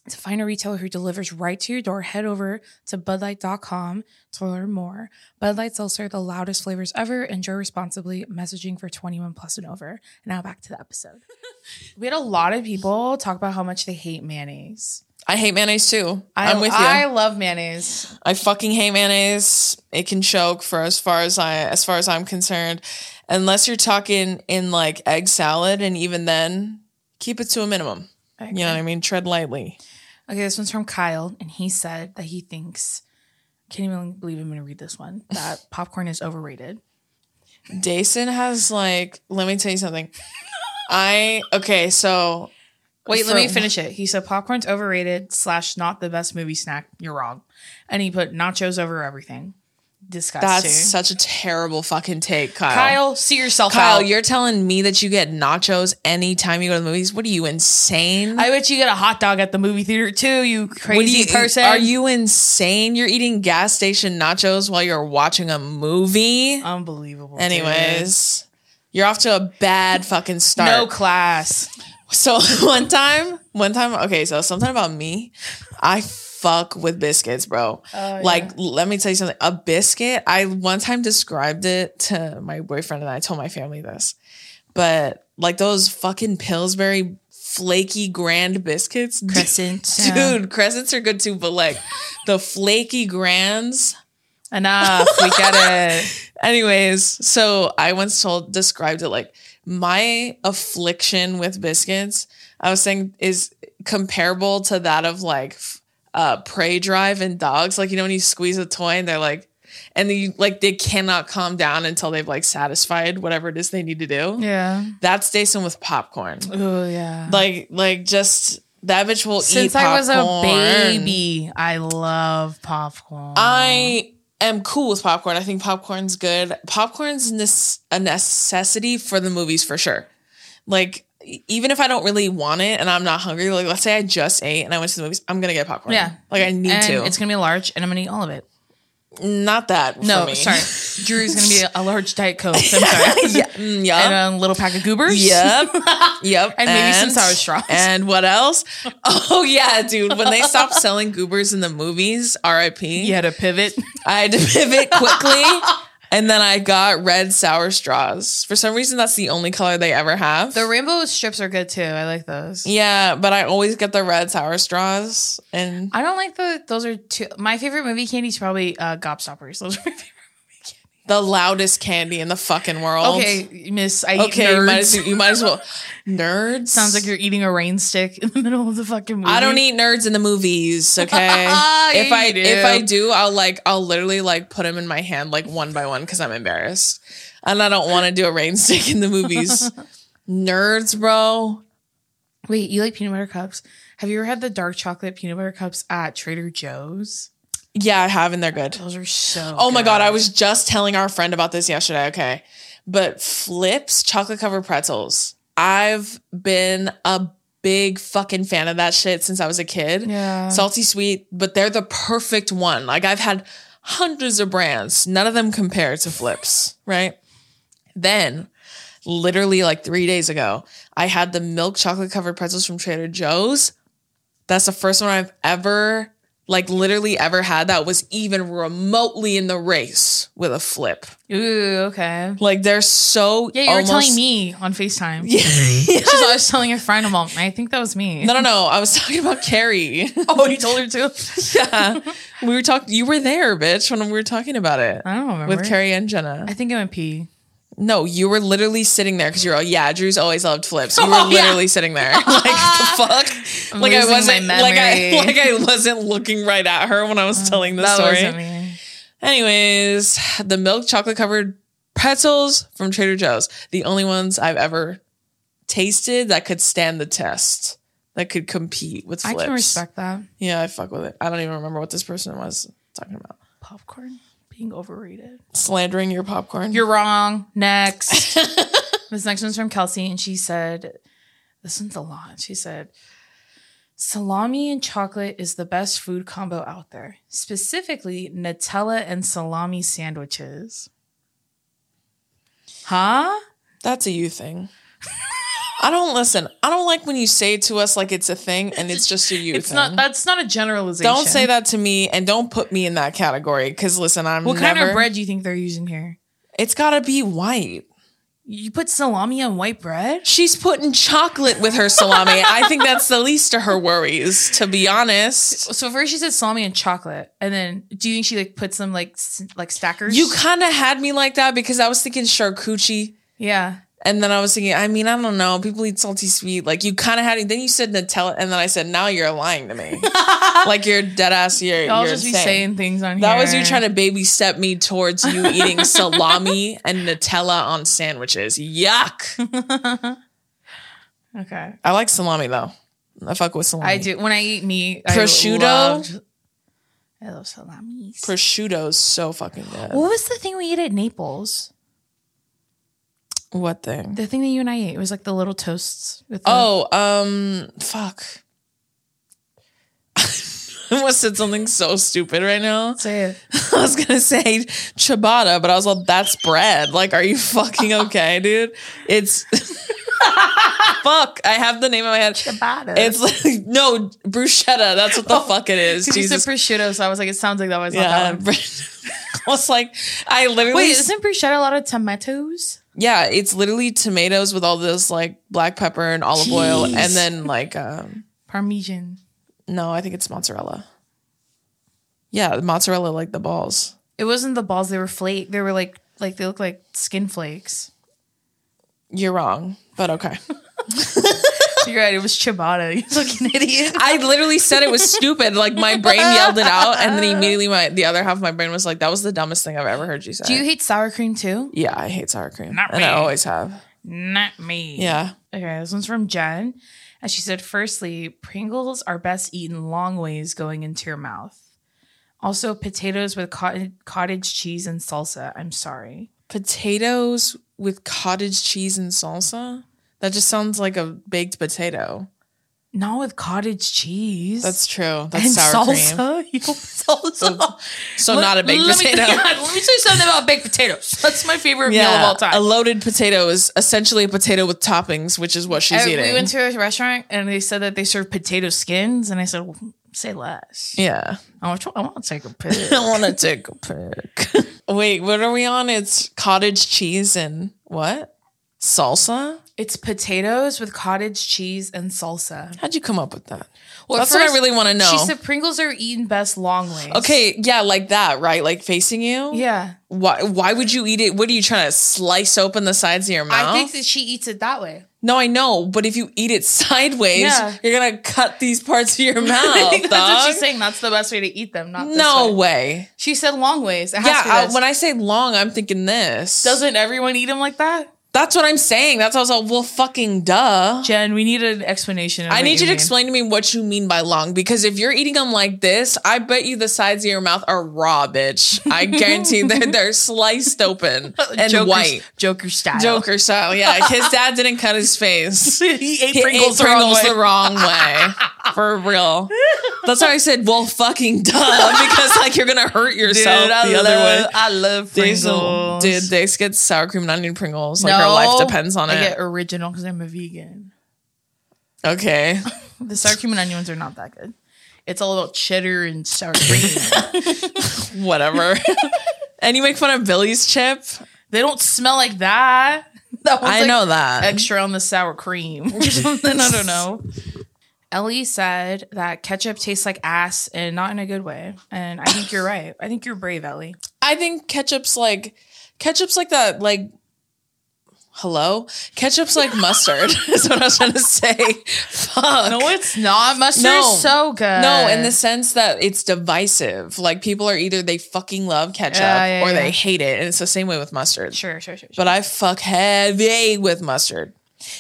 [SPEAKER 1] to find a retailer who delivers right to your door, head over to budlight.com to learn more. Bud Light Seltzer, the loudest flavors ever. Enjoy responsibly. Messaging for 21 plus and over. Now back to the episode. we had a lot of people talk about how much they hate mayonnaise.
[SPEAKER 2] I hate mayonnaise too.
[SPEAKER 1] I,
[SPEAKER 2] I'm with you.
[SPEAKER 1] I love mayonnaise.
[SPEAKER 2] I fucking hate mayonnaise. It can choke for as far as I as far as I'm concerned. Unless you're talking in like egg salad and even then keep it to a minimum. You know what I mean? Tread lightly.
[SPEAKER 1] Okay, this one's from Kyle, and he said that he thinks, can't even believe I'm going to read this *laughs* one, that popcorn is overrated.
[SPEAKER 2] Dason has like let me tell you something. I okay, so
[SPEAKER 1] Wait, let
[SPEAKER 2] For-
[SPEAKER 1] me finish it. He said popcorn's overrated slash not the best movie snack. You're wrong. And he put nachos over everything. Disgusting.
[SPEAKER 2] that's such a terrible fucking take, Kyle.
[SPEAKER 1] Kyle, see yourself
[SPEAKER 2] Kyle,
[SPEAKER 1] out.
[SPEAKER 2] you're telling me that you get nachos anytime you go to the movies? What are you insane?
[SPEAKER 1] I bet you get a hot dog at the movie theater too, you
[SPEAKER 2] What do
[SPEAKER 1] crazy
[SPEAKER 2] you-
[SPEAKER 1] person.
[SPEAKER 2] Are you insane? You're eating gas station nachos while you're watching a movie.
[SPEAKER 1] unbelievable? dude.
[SPEAKER 2] Anyways, you're off to a bad fucking start.
[SPEAKER 1] no *laughs* class.
[SPEAKER 2] So *laughs* one time, one time, okay, so something about me, I fuck with biscuits, bro.
[SPEAKER 1] yeah.
[SPEAKER 2] like, let me tell you something. A biscuit, I one time described it to my boyfriend and I told my family this, but like those fucking Pillsbury flaky grand biscuits,
[SPEAKER 1] Crescent.
[SPEAKER 2] dude, crescents are good too, but like the flaky grands,
[SPEAKER 1] Enough. We get it.
[SPEAKER 2] Anyways, so I once told described it like my affliction with biscuits. I was saying is comparable to that of like f- uh, prey drive in dogs. Like you know when you squeeze a toy and they're like, and you like they cannot calm down until they've like satisfied whatever it is they need to do.
[SPEAKER 1] *laughs* Yeah.
[SPEAKER 2] That's Jason with popcorn.
[SPEAKER 1] Oh yeah.
[SPEAKER 2] Like like just that bitch will eat
[SPEAKER 1] Since I was a
[SPEAKER 2] popcorn.
[SPEAKER 1] baby, I love popcorn.
[SPEAKER 2] I am cool with popcorn. I think popcorn's good. Popcorn's nes- a necessity for the movies for sure. Like e- even if I don't really want it and I'm not hungry, like let's say I just ate and I went to the movies, I'm gonna get popcorn.
[SPEAKER 1] Yeah.
[SPEAKER 2] like I need
[SPEAKER 1] and
[SPEAKER 2] to.
[SPEAKER 1] It's gonna be a large, and I'm gonna eat all of it.
[SPEAKER 2] not that.
[SPEAKER 1] No,
[SPEAKER 2] for me. *laughs*
[SPEAKER 1] sorry, Drew's gonna be a large diet coke. I'm sorry.
[SPEAKER 2] yeah, mm,
[SPEAKER 1] *laughs*
[SPEAKER 2] yeah.
[SPEAKER 1] And a little pack of goobers.
[SPEAKER 2] Yep. Yep.
[SPEAKER 1] And maybe some sour straws.
[SPEAKER 2] And
[SPEAKER 1] *laughs*
[SPEAKER 2] what else? Oh yeah, dude. When they stopped selling goobers in the movies,
[SPEAKER 1] *laughs*
[SPEAKER 2] RIP.
[SPEAKER 1] You had a pivot.
[SPEAKER 2] I had to *laughs* pivot quickly. and then I got red sour straws. For some reason, that's the only color they ever have.
[SPEAKER 1] The rainbow strips are good too. I like those.
[SPEAKER 2] yeah, but I always get the red sour straws. And
[SPEAKER 1] I don't like the. Those are two. My favorite movie candy is probably uh, Gobstoppers. Those are my favorite.
[SPEAKER 2] the loudest candy in the fucking world.
[SPEAKER 1] Okay, Miss. I
[SPEAKER 2] Okay,
[SPEAKER 1] eat
[SPEAKER 2] you might,
[SPEAKER 1] nerds.
[SPEAKER 2] as, you might
[SPEAKER 1] *laughs*
[SPEAKER 2] as well. Nerds.
[SPEAKER 1] Sounds like you're eating a rain stick in the middle of the fucking movie.
[SPEAKER 2] I don't eat nerds in the
[SPEAKER 1] *laughs*
[SPEAKER 2] movies, okay?
[SPEAKER 1] Yeah,
[SPEAKER 2] if I
[SPEAKER 1] you do.
[SPEAKER 2] if I do, I'll like I'll literally like put them in my hand like one by one because I'm embarrassed, and I don't want to do a rain stick in
[SPEAKER 1] *laughs*
[SPEAKER 2] the movies. nerds, bro.
[SPEAKER 1] Wait, you like peanut butter cups? Have you ever had the dark chocolate peanut butter cups at Trader Joe's?
[SPEAKER 2] Yeah, I have, and they're good.
[SPEAKER 1] Those are so.
[SPEAKER 2] Oh my
[SPEAKER 1] good.
[SPEAKER 2] god, I was just telling our friend about this yesterday. Okay. But flips chocolate covered pretzels. I've been a big fucking fan of that shit since I was a kid.
[SPEAKER 1] Yeah.
[SPEAKER 2] Salty sweet, but they're the perfect one. Like I've had hundreds of brands. None of them compare
[SPEAKER 1] *laughs*
[SPEAKER 2] to flips, right? Then literally like three days ago, I had the milk chocolate covered pretzels from Trader Joe's. That's the first one I've ever, like, literally ever had that was even remotely in the race with a flip.
[SPEAKER 1] Ooh, okay.
[SPEAKER 2] Like, they're so.
[SPEAKER 1] Yeah, you
[SPEAKER 2] almost-
[SPEAKER 1] were telling me on Facetime. *laughs*
[SPEAKER 2] Yeah.
[SPEAKER 1] She's I was telling your friend about. I think that was me.
[SPEAKER 2] No, no, no. I was *laughs* talking about Carrie.
[SPEAKER 1] Oh, *laughs* you told her too.
[SPEAKER 2] yeah. *laughs* We were talking, you were there, bitch, when we were talking about it
[SPEAKER 1] I don't remember.
[SPEAKER 2] with Carrie and Jenna.
[SPEAKER 1] I think I went pee.
[SPEAKER 2] No, you were literally sitting there because you're all, yeah, Drew's always loved
[SPEAKER 1] *laughs*
[SPEAKER 2] flips. You were
[SPEAKER 1] Oh, yeah.
[SPEAKER 2] literally sitting there. *laughs* Like the fuck?
[SPEAKER 1] I'm
[SPEAKER 2] like I
[SPEAKER 1] losing my
[SPEAKER 2] wasn't like I
[SPEAKER 1] memory. Oh,
[SPEAKER 2] like I wasn't looking right at her when I was telling the
[SPEAKER 1] that
[SPEAKER 2] story.
[SPEAKER 1] wasn't me.
[SPEAKER 2] Anyways, the milk chocolate covered pretzels from Trader Joe's, the only ones I've ever tasted that could stand the test, that could compete with
[SPEAKER 1] I
[SPEAKER 2] flips.
[SPEAKER 1] can respect that.
[SPEAKER 2] Yeah, I fuck with it. I don't even remember what this person was talking about.
[SPEAKER 1] Popcorn being overrated.
[SPEAKER 2] Slandering your popcorn.
[SPEAKER 1] You're wrong.
[SPEAKER 2] *laughs*
[SPEAKER 1] Next. this next one's from Kelsey, and she said, This one's a lot. She said, Salami and chocolate is the best food combo out there, specifically Nutella and salami sandwiches. Huh?
[SPEAKER 2] That's a you thing. I don't listen. I don't like when you say it to us like it's a thing and it's just a you
[SPEAKER 1] *laughs* It's
[SPEAKER 2] thing.
[SPEAKER 1] not that's not a generalization.
[SPEAKER 2] don't say that to me and don't put me in that category because listen, I'm
[SPEAKER 1] What
[SPEAKER 2] never,
[SPEAKER 1] kind of bread do you think they're using here?
[SPEAKER 2] It's gotta be white.
[SPEAKER 1] You put salami on white bread?
[SPEAKER 2] She's putting chocolate with her salami. I think that's the least of her worries, to be honest.
[SPEAKER 1] So first she said salami and chocolate, and then do you think she like puts some like s- like stackers?
[SPEAKER 2] You kind of had me like that because I was thinking charcuterie.
[SPEAKER 1] yeah.
[SPEAKER 2] And then I was thinking, I mean, I don't know. People eat salty sweet. Like you kind of had. Then you said Nutella, and then I said, now you're lying
[SPEAKER 1] *laughs*
[SPEAKER 2] to me. like you're dead ass. You're.
[SPEAKER 1] I'll
[SPEAKER 2] you're
[SPEAKER 1] just be
[SPEAKER 2] saying.
[SPEAKER 1] saying things on
[SPEAKER 2] That
[SPEAKER 1] here.
[SPEAKER 2] was you trying to baby step me towards you eating *laughs* salami and Nutella on sandwiches. Yuck.
[SPEAKER 1] Okay,
[SPEAKER 2] *laughs* I like salami though. I fuck with salami.
[SPEAKER 1] I do. When I eat meat,
[SPEAKER 2] Prosciutto?
[SPEAKER 1] I, loved- I love salami.
[SPEAKER 2] Prosciutto's so fucking good.
[SPEAKER 1] what was the thing we ate at Naples?
[SPEAKER 2] What thing?
[SPEAKER 1] The thing that you and I ate it was like the little toasts. With the-
[SPEAKER 2] Oh, um, fuck. *laughs* I almost said something so stupid right *laughs* now.
[SPEAKER 1] *laughs* say it.
[SPEAKER 2] I was gonna say ciabatta, but I was like, that's bread. Like, are you fucking okay, dude? It's *laughs* fuck. I have the name in my head.
[SPEAKER 1] Ciabatta.
[SPEAKER 2] It's like no bruschetta. That's what the fuck it is.
[SPEAKER 1] Because Oh, you said
[SPEAKER 2] Jesus.
[SPEAKER 1] prosciutto, so I was like, it sounds like that was not
[SPEAKER 2] Yeah.
[SPEAKER 1] that one.
[SPEAKER 2] bre- *laughs* I was like, I literally.
[SPEAKER 1] Wait, isn't prosciutto a lot of tomatoes?
[SPEAKER 2] yeah, it's literally tomatoes with all this like black pepper and olive oil, and
[SPEAKER 1] Jeez.
[SPEAKER 2] then like um
[SPEAKER 1] Parmesan.
[SPEAKER 2] no, I think it's mozzarella. Yeah, mozzarella like the balls.
[SPEAKER 1] It wasn't the balls; they were flake. They were like Like they look like skin flakes.
[SPEAKER 2] You're wrong, but okay.
[SPEAKER 1] You're right. It was ciabatta. *laughs* You fucking idiot.
[SPEAKER 2] I literally said it was stupid. Like my brain yelled it out, and then immediately my the other half of my brain was like, "That was the dumbest thing I've ever heard you say."
[SPEAKER 1] Do you hate sour cream too?
[SPEAKER 2] yeah, I hate sour cream,
[SPEAKER 1] Not
[SPEAKER 2] and
[SPEAKER 1] me.
[SPEAKER 2] I always have.
[SPEAKER 1] Not me.
[SPEAKER 2] Yeah,
[SPEAKER 1] Okay, this one's from Jen. And she said, firstly, Pringles are best eaten long ways going into your mouth. Also, potatoes with cottage, cottage cheese and salsa. I'm sorry.
[SPEAKER 2] potatoes with cottage cheese and salsa. That just sounds like a baked potato.
[SPEAKER 1] Not with cottage cheese.
[SPEAKER 2] That's true. That's
[SPEAKER 1] and
[SPEAKER 2] sour cream.
[SPEAKER 1] salsa. *laughs* You salsa.
[SPEAKER 2] So not a baked
[SPEAKER 1] let
[SPEAKER 2] potato.
[SPEAKER 1] Me, God, *laughs* let me tell you something about baked potatoes. That's my favorite meal of all time.
[SPEAKER 2] A loaded potato is essentially a potato with toppings, which is what she's
[SPEAKER 1] And
[SPEAKER 2] eating.
[SPEAKER 1] we went to a restaurant and they said that they serve potato skins, and I said, well, "Say less." *laughs*
[SPEAKER 2] yeah.
[SPEAKER 1] I want to I want to take a
[SPEAKER 2] *laughs*
[SPEAKER 1] pic.
[SPEAKER 2] I want to take a pic. *laughs* Wait, what are we on? It's cottage cheese and what? Salsa?
[SPEAKER 1] it's potatoes with cottage cheese and salsa.
[SPEAKER 2] How'd you come up with that?
[SPEAKER 1] Well,
[SPEAKER 2] That's what I really wanna know.
[SPEAKER 1] She said Pringles are eaten best long ways.
[SPEAKER 2] Oh. Okay, yeah, like that, right? Like facing you?
[SPEAKER 1] Yeah,
[SPEAKER 2] Why why would you eat it? What are you trying to slice open the sides of your mouth?
[SPEAKER 1] I think that she eats it that way.
[SPEAKER 2] no, I know, but if you eat it *laughs* sideways,
[SPEAKER 1] Yeah.
[SPEAKER 2] you're gonna cut these parts of your mouth.
[SPEAKER 1] *laughs* I think that's what she's
[SPEAKER 2] dog.
[SPEAKER 1] saying. That's the best way to eat them. Not this
[SPEAKER 2] Oh, No
[SPEAKER 1] way.
[SPEAKER 2] way.
[SPEAKER 1] She said long ways. It has
[SPEAKER 2] Yeah,
[SPEAKER 1] to be
[SPEAKER 2] I,
[SPEAKER 1] this.
[SPEAKER 2] when I say long, I'm thinking this.
[SPEAKER 1] doesn't everyone eat them like that?
[SPEAKER 2] That's what I'm saying. That's how I was like, well, fucking duh.
[SPEAKER 1] Jen, we need an explanation. of
[SPEAKER 2] I
[SPEAKER 1] what
[SPEAKER 2] need you to
[SPEAKER 1] mean.
[SPEAKER 2] explain to me what you mean by long because if you're eating them like this, I bet you the sides of your mouth are raw, bitch.
[SPEAKER 1] *laughs*
[SPEAKER 2] I guarantee they're, they're sliced open and
[SPEAKER 1] Joker's-
[SPEAKER 2] white.
[SPEAKER 1] Joker style.
[SPEAKER 2] Joker style. Yeah, his dad didn't cut his
[SPEAKER 1] *laughs*
[SPEAKER 2] face.
[SPEAKER 1] he ate
[SPEAKER 2] He
[SPEAKER 1] Pringles,
[SPEAKER 2] Pringles,
[SPEAKER 1] the wrong
[SPEAKER 2] Pringles
[SPEAKER 1] way.
[SPEAKER 2] the wrong *laughs* way. For real. That's why I said, well, fucking duh, *laughs* because like you're going to hurt yourself the other way.
[SPEAKER 1] I love
[SPEAKER 2] They still-
[SPEAKER 1] Pringles.
[SPEAKER 2] Dude, they get sour cream and onion Pringles. Like her life depends on
[SPEAKER 1] I
[SPEAKER 2] it. *laughs*
[SPEAKER 1] get original because I'm a vegan.
[SPEAKER 2] okay.
[SPEAKER 1] The sour cream and onions are not that good. It's all about cheddar and sour *laughs* cream.
[SPEAKER 2] *laughs* Whatever. and you make fun of Billy's chip.
[SPEAKER 1] they don't smell like that. That one's
[SPEAKER 2] I
[SPEAKER 1] like
[SPEAKER 2] know that.
[SPEAKER 1] Extra on the sour *laughs* cream or something. I don't know. Ellie said that ketchup tastes like ass and not in a good way. And I think you're right. I think you're brave, Ellie.
[SPEAKER 2] I think ketchup's like ketchup's like that like hello ketchup's like mustard *laughs* is what I was trying to say. Fuck. *laughs* No,
[SPEAKER 1] it's not. Mustard
[SPEAKER 2] No.
[SPEAKER 1] is so good.
[SPEAKER 2] in the sense that it's divisive. Like people are either they fucking love ketchup
[SPEAKER 1] Yeah, yeah,
[SPEAKER 2] or they
[SPEAKER 1] yeah.
[SPEAKER 2] hate it, and it's the same way with mustard.
[SPEAKER 1] Sure, sure, sure. sure.
[SPEAKER 2] But I fuck heavy with mustard,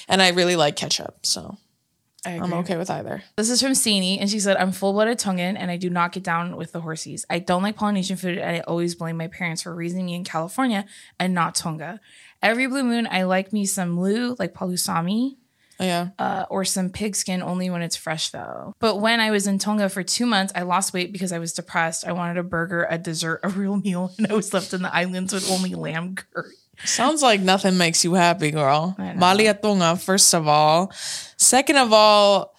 [SPEAKER 2] and I really like ketchup, so
[SPEAKER 1] I
[SPEAKER 2] I'm
[SPEAKER 1] agree.
[SPEAKER 2] okay with either.
[SPEAKER 1] This is from Sini, and she said, I'm full blooded Tongan and I do not get down with the horsies. I don't like Polynesian food, and I always blame my parents for raising me in California and not Tonga. Every blue moon, I like me some lu, like palusami,
[SPEAKER 2] Yeah.
[SPEAKER 1] uh, or some pigskin, only when it's fresh though. But when I was in Tonga for two months, I lost weight because I was depressed. I wanted a burger, a dessert, a real meal, and I was left in the islands with only lamb curry.
[SPEAKER 2] Sounds like nothing makes you happy, girl.
[SPEAKER 1] I know.
[SPEAKER 2] Maliatunga, first of all. Second of all,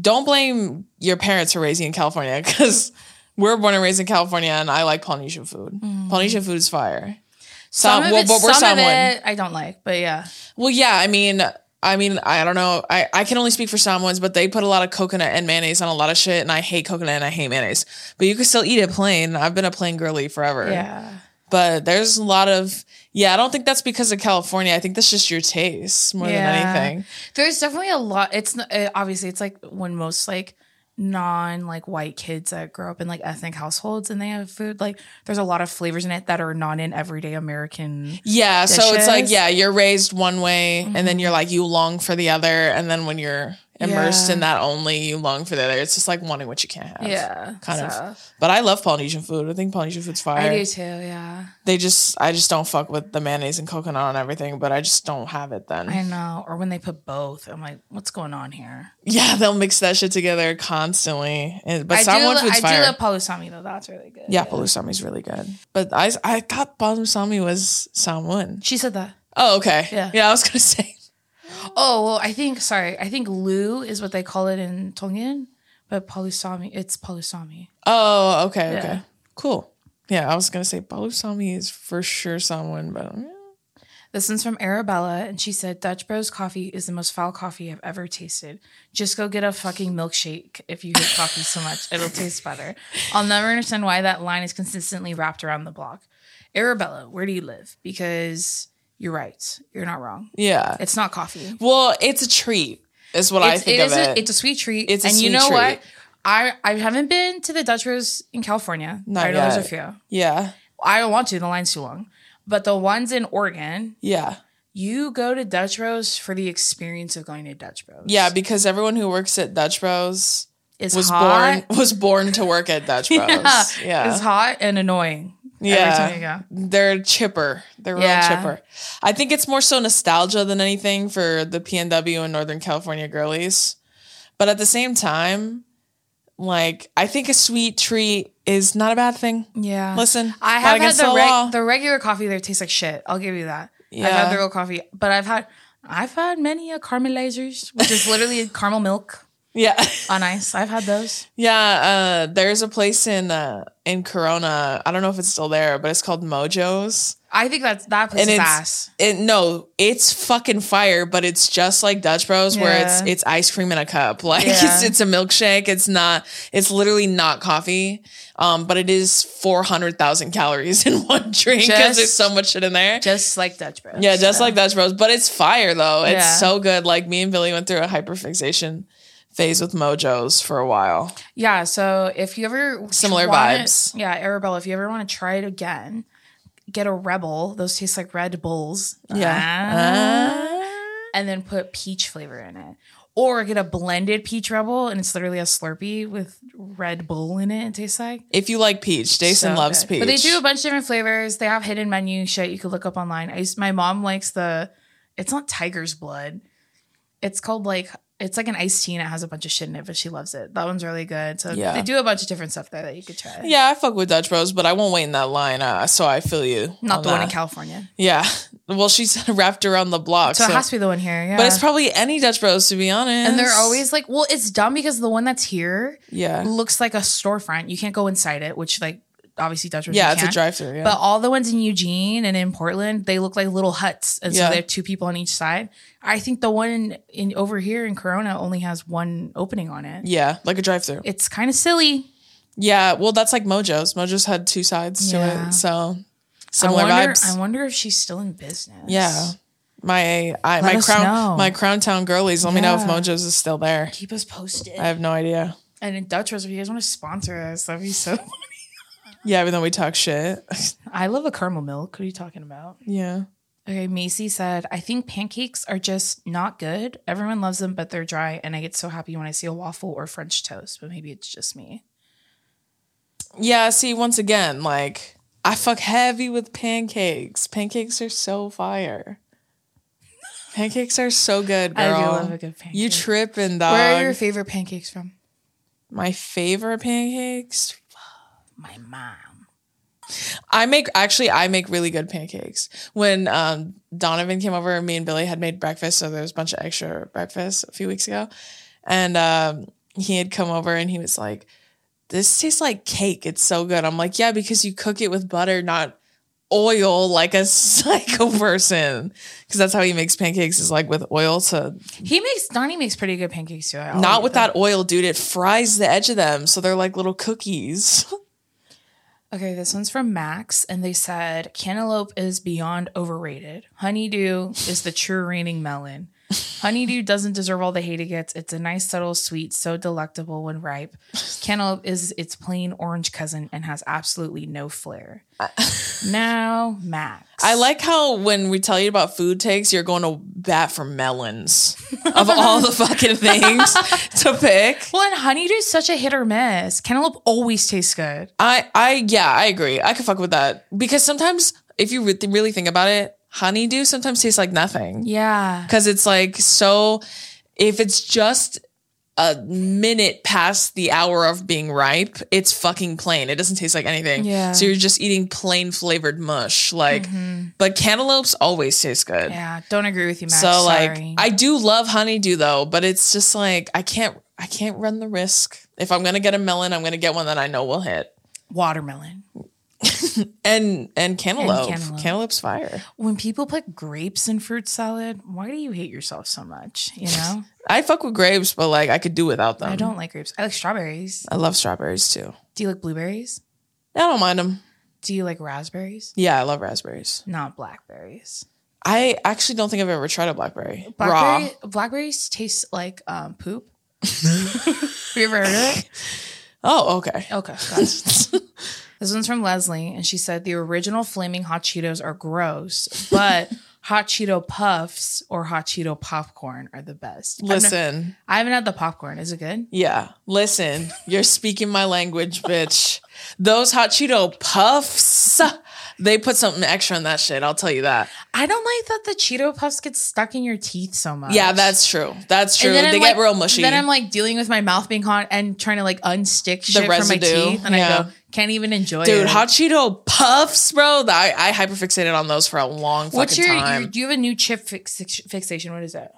[SPEAKER 2] don't blame your parents for raising you in California because we're born and raised in California and I like Polynesian food. Polynesian food is fire. Some,
[SPEAKER 1] of
[SPEAKER 2] well,
[SPEAKER 1] it-
[SPEAKER 2] but we're
[SPEAKER 1] Mm-hmm. some of
[SPEAKER 2] Samoan.
[SPEAKER 1] it I don't like, but yeah.
[SPEAKER 2] Well, yeah, I mean, I mean, I don't know. I, I can only speak for Samoans, but they put a lot of coconut and mayonnaise on a lot of shit, and I hate coconut and I hate mayonnaise. But you can still eat it plain. I've been a plain girly forever
[SPEAKER 1] Yeah.
[SPEAKER 2] but there's a lot of yeah i don't think that's because of california i think that's just your taste more
[SPEAKER 1] Yeah.
[SPEAKER 2] than anything
[SPEAKER 1] There's definitely a lot. It's n- uh, obviously it's like when most like non like white kids that grow up in like ethnic households and they have food like there's a lot of flavors in it that are not in everyday American.
[SPEAKER 2] yeah so it's like
[SPEAKER 1] Dishes. Mm-hmm.
[SPEAKER 2] yeah you're raised one way and then you're like you long for the other and then when you're immersed
[SPEAKER 1] Yeah.
[SPEAKER 2] in that only you long for the other it's just like wanting what you can't have
[SPEAKER 1] Yeah,
[SPEAKER 2] kind
[SPEAKER 1] so.
[SPEAKER 2] of but i love polynesian food i think polynesian food's
[SPEAKER 1] I
[SPEAKER 2] fire
[SPEAKER 1] do too. Yeah,
[SPEAKER 2] they just i just don't fuck with the mayonnaise and coconut and everything but i just don't have it then
[SPEAKER 1] I know. Or when they put both, I'm like, what's going on here?
[SPEAKER 2] yeah *laughs* they'll mix that shit together constantly and,
[SPEAKER 1] I
[SPEAKER 2] but
[SPEAKER 1] do.
[SPEAKER 2] Samoan
[SPEAKER 1] lo-
[SPEAKER 2] food's
[SPEAKER 1] I
[SPEAKER 2] fire
[SPEAKER 1] do love palusami though. That's really good.
[SPEAKER 2] Yeah, Balusami's really good. But I I thought Balusami was Samoan.
[SPEAKER 1] She said that.
[SPEAKER 2] Oh, okay.
[SPEAKER 1] Yeah.
[SPEAKER 2] Yeah, I was gonna *laughs* say.
[SPEAKER 1] Oh well, I think. Sorry, I think lu is what they call it in Tongan, but palusami. It's palusami.
[SPEAKER 2] Oh, okay,
[SPEAKER 1] Yeah.
[SPEAKER 2] okay. Cool. Yeah, I was gonna say Balusami is for sure Samoan, but
[SPEAKER 1] This one's from Arabella, and she said Dutch Bros coffee is the most foul coffee I've ever tasted. Just go get a fucking milkshake if you hate coffee so much. It'll taste better. I'll never understand why that line is consistently wrapped around the block. Arabella, where do you live? Because you're right. You're not wrong.
[SPEAKER 2] Yeah.
[SPEAKER 1] It's not coffee.
[SPEAKER 2] Well, it's a treat. Is what I
[SPEAKER 1] It's,
[SPEAKER 2] think
[SPEAKER 1] it
[SPEAKER 2] of
[SPEAKER 1] is
[SPEAKER 2] it.
[SPEAKER 1] a, it's a sweet treat.
[SPEAKER 2] It's a
[SPEAKER 1] and you
[SPEAKER 2] sweet
[SPEAKER 1] know
[SPEAKER 2] treat.
[SPEAKER 1] what? I, I haven't been to the Dutch Rose in California.
[SPEAKER 2] Not
[SPEAKER 1] I know there's a few.
[SPEAKER 2] yeah.
[SPEAKER 1] I don't want to. The line's too long. But the ones in Oregon,
[SPEAKER 2] Yeah.
[SPEAKER 1] you go to Dutch Bros for the experience of going to Dutch Bros.
[SPEAKER 2] Yeah, because everyone who works at Dutch Bros
[SPEAKER 1] it's
[SPEAKER 2] was
[SPEAKER 1] hot.
[SPEAKER 2] born *laughs* was born to work at Dutch Bros.
[SPEAKER 1] yeah. *laughs*
[SPEAKER 2] yeah.
[SPEAKER 1] it's
[SPEAKER 2] Yeah.
[SPEAKER 1] hot and annoying. Every time you go.
[SPEAKER 2] They're chipper. They're real
[SPEAKER 1] Yeah.
[SPEAKER 2] chipper. I think it's more so nostalgia than anything for the PNW and Northern California girlies. But at the same time, like I think a sweet treat is not a bad thing.
[SPEAKER 1] Yeah,
[SPEAKER 2] Listen,
[SPEAKER 1] I
[SPEAKER 2] not
[SPEAKER 1] have had
[SPEAKER 2] against
[SPEAKER 1] the,
[SPEAKER 2] the law.
[SPEAKER 1] reg- the regular coffee there tastes like shit. I'll give you that. I've had
[SPEAKER 2] Yeah.
[SPEAKER 1] the real coffee, but I've had I've had many uh, caramelizers, which is literally *laughs* caramel milk
[SPEAKER 2] Yeah. *laughs*
[SPEAKER 1] on ice. I've had those.
[SPEAKER 2] Yeah, uh, there's a place in uh, in Corona. I don't know if it's still there, but it's called Mojo's.
[SPEAKER 1] I think that's that place
[SPEAKER 2] And
[SPEAKER 1] is
[SPEAKER 2] it's-
[SPEAKER 1] ass.
[SPEAKER 2] It, no, it's fucking fire, but it's just like Dutch Bros, where it's
[SPEAKER 1] Yeah.
[SPEAKER 2] it's ice cream in a cup. *laughs* Like it's
[SPEAKER 1] Yeah.
[SPEAKER 2] it's a milkshake. It's not. It's literally not coffee, um, but it is four hundred thousand calories *laughs* in one drink because
[SPEAKER 1] Just-
[SPEAKER 2] there's so much shit in there.
[SPEAKER 1] Just like Dutch Bros.
[SPEAKER 2] Yeah, just like Dutch Bros, but it's fire though. It's
[SPEAKER 1] Yeah.
[SPEAKER 2] so good. Like me and Billy went through a hyperfixation phase with Mojo's for a while.
[SPEAKER 1] Yeah, so if you ever
[SPEAKER 2] Similar
[SPEAKER 1] wanna-
[SPEAKER 2] vibes.
[SPEAKER 1] yeah, Arabella, if you ever want to try it again, get a Rebel. Those taste like Red Bulls. Ah.
[SPEAKER 2] Yeah.
[SPEAKER 1] and then put peach flavor in it, or get a blended peach Rebel, and it's literally a Slurpee with Red Bull in it. It tastes like.
[SPEAKER 2] If you like peach, Jason
[SPEAKER 1] So
[SPEAKER 2] loves
[SPEAKER 1] good.
[SPEAKER 2] peach.
[SPEAKER 1] But they do a bunch of different flavors. They have hidden menu shit you could look up online. I used, my mom likes the. It's not tiger's blood. It's called like it's like an iced tea and it has a bunch of shit in it, but she loves it. That one's really good. So
[SPEAKER 2] Yeah.
[SPEAKER 1] they do a bunch of different stuff there that you could try.
[SPEAKER 2] Yeah, I fuck with Dutch Bros, but I won't wait in that line. Uh, so I feel you.
[SPEAKER 1] Not
[SPEAKER 2] on
[SPEAKER 1] the one in
[SPEAKER 2] that.
[SPEAKER 1] California.
[SPEAKER 2] Yeah. *laughs* Well, she's wrapped around the block.
[SPEAKER 1] So,
[SPEAKER 2] So
[SPEAKER 1] it has to be the one here. Yeah.
[SPEAKER 2] But it's probably any Dutch Bros, to be honest.
[SPEAKER 1] and they're always like, well, it's dumb because the one that's here
[SPEAKER 2] yeah,
[SPEAKER 1] looks like a storefront. You can't go inside it, which like obviously Dutch Bros, you
[SPEAKER 2] yeah. It's a
[SPEAKER 1] can't.
[SPEAKER 2] drive-through. Yeah.
[SPEAKER 1] But all the ones in Eugene and in Portland, they look like little huts, and
[SPEAKER 2] Yeah.
[SPEAKER 1] so they have two people on each side. I think the one in over here in Corona only has one opening on it.
[SPEAKER 2] yeah, like a drive-through.
[SPEAKER 1] It's kind of silly.
[SPEAKER 2] Yeah. Well, that's like Mojo's. Mojo's had two sides to
[SPEAKER 1] Yeah.
[SPEAKER 2] it, so
[SPEAKER 1] I
[SPEAKER 2] similar
[SPEAKER 1] wonder.
[SPEAKER 2] vibes.
[SPEAKER 1] I wonder if she's still in business.
[SPEAKER 2] yeah. My I,
[SPEAKER 1] Let
[SPEAKER 2] my
[SPEAKER 1] us
[SPEAKER 2] crown
[SPEAKER 1] know.
[SPEAKER 2] my Crown Town girlies. Let me know if
[SPEAKER 1] Yeah.
[SPEAKER 2] Mojo's is still there.
[SPEAKER 1] keep us posted.
[SPEAKER 2] I have no idea.
[SPEAKER 1] and in Dutch Rose, if you guys want to sponsor us, that'd be so. *laughs*
[SPEAKER 2] Yeah, even though we talk shit. *laughs*
[SPEAKER 1] I love a caramel milk. What are you talking about?
[SPEAKER 2] yeah.
[SPEAKER 1] Okay, Macy said, I think pancakes are just not good. Everyone loves them, but they're dry, and I get so happy when I see a waffle or French toast. But maybe it's just me.
[SPEAKER 2] Yeah, see, once again, like I fuck heavy with pancakes. Pancakes are so fire. Pancakes are so good, girl.
[SPEAKER 1] I do love a good pancake.
[SPEAKER 2] You tripping, dog.
[SPEAKER 1] Where are your favorite pancakes from?
[SPEAKER 2] My favorite pancakes.
[SPEAKER 1] My mom.
[SPEAKER 2] I make actually I make really good pancakes. When um, Donovan came over, me and Billy had made breakfast, so there was a bunch of extra breakfast a few weeks ago, and um, he had come over and he was like, "This tastes like cake. It's so good." I'm like, "Yeah, because you cook it with butter, not oil, like a *laughs* psycho person." Because that's how he makes pancakes is like with oil to
[SPEAKER 1] He makes Donnie makes pretty good pancakes too. I'll eat
[SPEAKER 2] not with
[SPEAKER 1] them.
[SPEAKER 2] that oil, dude. It fries the edge of them, so they're like little cookies. *laughs*
[SPEAKER 1] Okay, this one's from Max, and they said cantaloupe is beyond overrated. Honeydew is the true reigning melon. Honeydew doesn't deserve all the hate it gets. It's a nice, subtle sweet, so delectable when ripe. Cantaloupe is its plain orange cousin and has absolutely no
[SPEAKER 2] *laughs*
[SPEAKER 1] flair. now, Max.
[SPEAKER 2] I like how when we tell you about food takes, you're going to bat for melons
[SPEAKER 1] *laughs*
[SPEAKER 2] of all the fucking things to pick.
[SPEAKER 1] Well, and honeydew is such a hit or miss. Cantaloupe always tastes good.
[SPEAKER 2] I, I, yeah, I agree. I could fuck with that because sometimes if you re- really think about it, honeydew sometimes tastes like nothing
[SPEAKER 1] Yeah.
[SPEAKER 2] because it's like so. If it's just a minute past the hour of being ripe, it's fucking plain. It doesn't taste like anything.
[SPEAKER 1] Yeah. Mm-hmm.
[SPEAKER 2] So you're just eating plain flavored mush. Like, but cantaloupes always taste good.
[SPEAKER 1] Yeah, don't agree with you, Max.
[SPEAKER 2] So like
[SPEAKER 1] Sorry.
[SPEAKER 2] I do love honeydew though, but it's just like I can't I can't run the risk. If I'm gonna get a melon, I'm gonna get one that I know will hit.
[SPEAKER 1] watermelon.
[SPEAKER 2] And and cantaloupe.
[SPEAKER 1] cantaloupe.
[SPEAKER 2] Cantaloupe's fire.
[SPEAKER 1] When people put grapes in fruit salad, why do you hate yourself so much? You
[SPEAKER 2] *laughs*
[SPEAKER 1] know,
[SPEAKER 2] I fuck with grapes, but like I could do without them.
[SPEAKER 1] I don't like grapes. I like strawberries.
[SPEAKER 2] I love strawberries too.
[SPEAKER 1] Do you like blueberries?
[SPEAKER 2] I don't mind them.
[SPEAKER 1] Do you like raspberries?
[SPEAKER 2] Yeah, I love raspberries.
[SPEAKER 1] Not blackberries.
[SPEAKER 2] I actually don't think I've ever tried a blackberry, raw.
[SPEAKER 1] Blackberry, blackberries taste like um, poop. Have you ever heard of
[SPEAKER 2] *laughs*
[SPEAKER 1] it?
[SPEAKER 2] Oh, okay.
[SPEAKER 1] Okay. got it. *laughs* This one's from Leslie, and she said the original flaming hot Cheetos are gross,
[SPEAKER 2] *laughs*
[SPEAKER 1] but hot Cheeto puffs or hot Cheeto popcorn are the best. I've ne-
[SPEAKER 2] Listen,
[SPEAKER 1] I haven't had the popcorn. Is it good?
[SPEAKER 2] yeah, listen. You're speaking my language, *laughs* bitch. Those hot Cheeto puffs, they put something extra in that shit. I'll tell you that.
[SPEAKER 1] I don't like that the Cheeto puffs get stuck in your teeth so much.
[SPEAKER 2] Yeah, that's true. That's true.
[SPEAKER 1] And
[SPEAKER 2] They
[SPEAKER 1] then I'm like-
[SPEAKER 2] get real mushy.
[SPEAKER 1] Then I'm like dealing with my mouth being hot and trying to like unstick shit from my
[SPEAKER 2] residue,
[SPEAKER 1] teeth, and I
[SPEAKER 2] yeah.
[SPEAKER 1] go can't even enjoy it.
[SPEAKER 2] Dude, hot Cheeto puffs, bro. th- I, I hyperfixated on those for a long fucking
[SPEAKER 1] What's your,
[SPEAKER 2] time.
[SPEAKER 1] your? Do you have a new chip fix, fixation? What is that?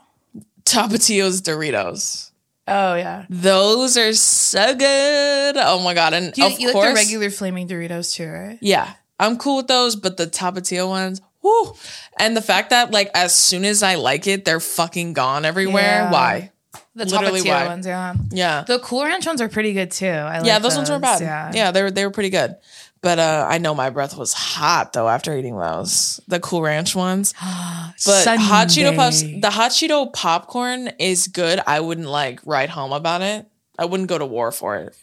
[SPEAKER 2] Tapatio's Doritos.
[SPEAKER 1] Oh yeah,
[SPEAKER 2] Those are so good. Oh my god! And
[SPEAKER 1] do you,
[SPEAKER 2] of
[SPEAKER 1] you
[SPEAKER 2] course,
[SPEAKER 1] like the regular flaming Doritos too, right?
[SPEAKER 2] yeah, I'm cool with those. But the Tapatio ones, whoo! And the fact that like as soon as I like it, they're fucking gone everywhere.
[SPEAKER 1] Yeah.
[SPEAKER 2] Why?
[SPEAKER 1] The
[SPEAKER 2] Literally
[SPEAKER 1] Tapatio
[SPEAKER 2] why.
[SPEAKER 1] ones, yeah.
[SPEAKER 2] Yeah,
[SPEAKER 1] The Cool Ranch ones are pretty good too. I like
[SPEAKER 2] yeah. Those, ones were bad.
[SPEAKER 1] Yeah.
[SPEAKER 2] Yeah.
[SPEAKER 1] *gasps*
[SPEAKER 2] they were they were pretty good. But uh, I know my breath was hot though after eating those. The Cool Ranch ones. But hot Cheeto puffs,
[SPEAKER 1] Sunday.
[SPEAKER 2] the hot Cheeto popcorn is good. I wouldn't like write home about it. I wouldn't go to war for it.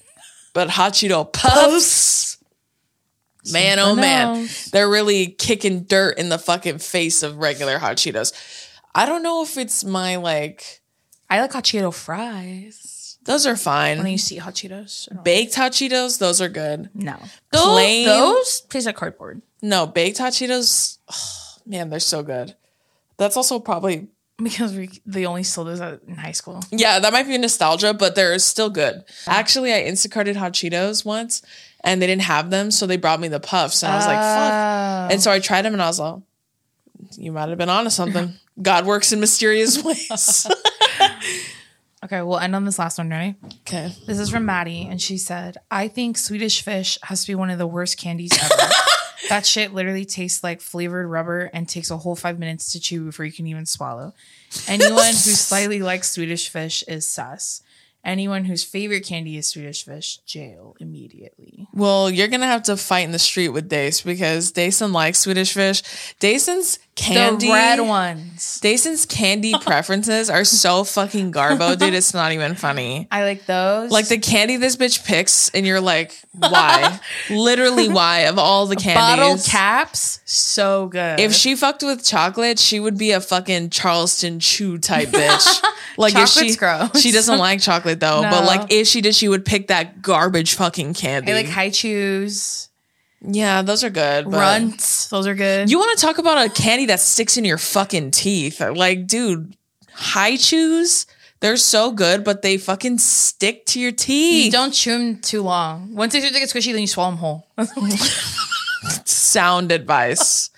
[SPEAKER 2] But hot Cheeto puffs, man, oh
[SPEAKER 1] Something
[SPEAKER 2] man,
[SPEAKER 1] else.
[SPEAKER 2] they're really kicking dirt in the fucking face of regular hot Cheetos. I don't know if it's my like.
[SPEAKER 1] I like hot Cheeto fries.
[SPEAKER 2] Those are
[SPEAKER 1] When you
[SPEAKER 2] fine.
[SPEAKER 1] see hot Cheetos, I don't-
[SPEAKER 2] Baked hot Cheetos, those are good.
[SPEAKER 1] no,
[SPEAKER 2] Those-
[SPEAKER 1] plain
[SPEAKER 2] those
[SPEAKER 1] those taste like cardboard.
[SPEAKER 2] No, baked hot Cheetos, oh, man, they're so good. That's also probably
[SPEAKER 1] Because we they only sold those at- in high school.
[SPEAKER 2] Yeah, that might be nostalgia, but they're still good. Actually, I Instacarted hot Cheetos once and they didn't have them, so they brought me the puffs and I was like, fuck.
[SPEAKER 1] Oh.
[SPEAKER 2] And so I tried them and I was like, you might have been
[SPEAKER 1] *laughs*
[SPEAKER 2] onto something. God works in mysterious *laughs* ways.
[SPEAKER 1] okay, we'll end on this last one, right?
[SPEAKER 2] okay.
[SPEAKER 1] This is from Maddie, and she said, I think Swedish fish has to be one of the worst candies *laughs* ever. that shit literally tastes like flavored rubber and takes a whole five minutes to chew before you can even swallow. Anyone who *laughs* slightly likes Swedish fish is sus. Anyone whose favorite candy is Swedish fish, jail immediately.
[SPEAKER 2] Well, you're gonna have to fight in the street with Dace because Dayson likes Swedish fish. Dayson's candy
[SPEAKER 1] The red ones. *laughs*
[SPEAKER 2] Dayson's candy preferences are so fucking garbo, dude. It's not even funny.
[SPEAKER 1] I like those.
[SPEAKER 2] Like the candy this bitch picks, and you're like,
[SPEAKER 1] *laughs*
[SPEAKER 2] why? Literally, why? Of all the
[SPEAKER 1] bottle
[SPEAKER 2] candies,
[SPEAKER 1] caps, so good.
[SPEAKER 2] if she fucked with chocolate, she would be a fucking Charleston
[SPEAKER 1] *laughs*
[SPEAKER 2] Chew type bitch. like if she,
[SPEAKER 1] Chocolate's gross.
[SPEAKER 2] she doesn't like chocolate though. But
[SPEAKER 1] No.
[SPEAKER 2] like if she did, she would pick that garbage fucking candy.
[SPEAKER 1] I like high chews,
[SPEAKER 2] yeah, those are good. But
[SPEAKER 1] runts. Those are good.
[SPEAKER 2] You want to talk about a candy that sticks in your fucking teeth? Like, dude, high chews. They're so good, but they fucking stick to your teeth.
[SPEAKER 1] You don't chew them too long. Once they start to get squishy, then you swallow them whole. *laughs*
[SPEAKER 2] sound advice.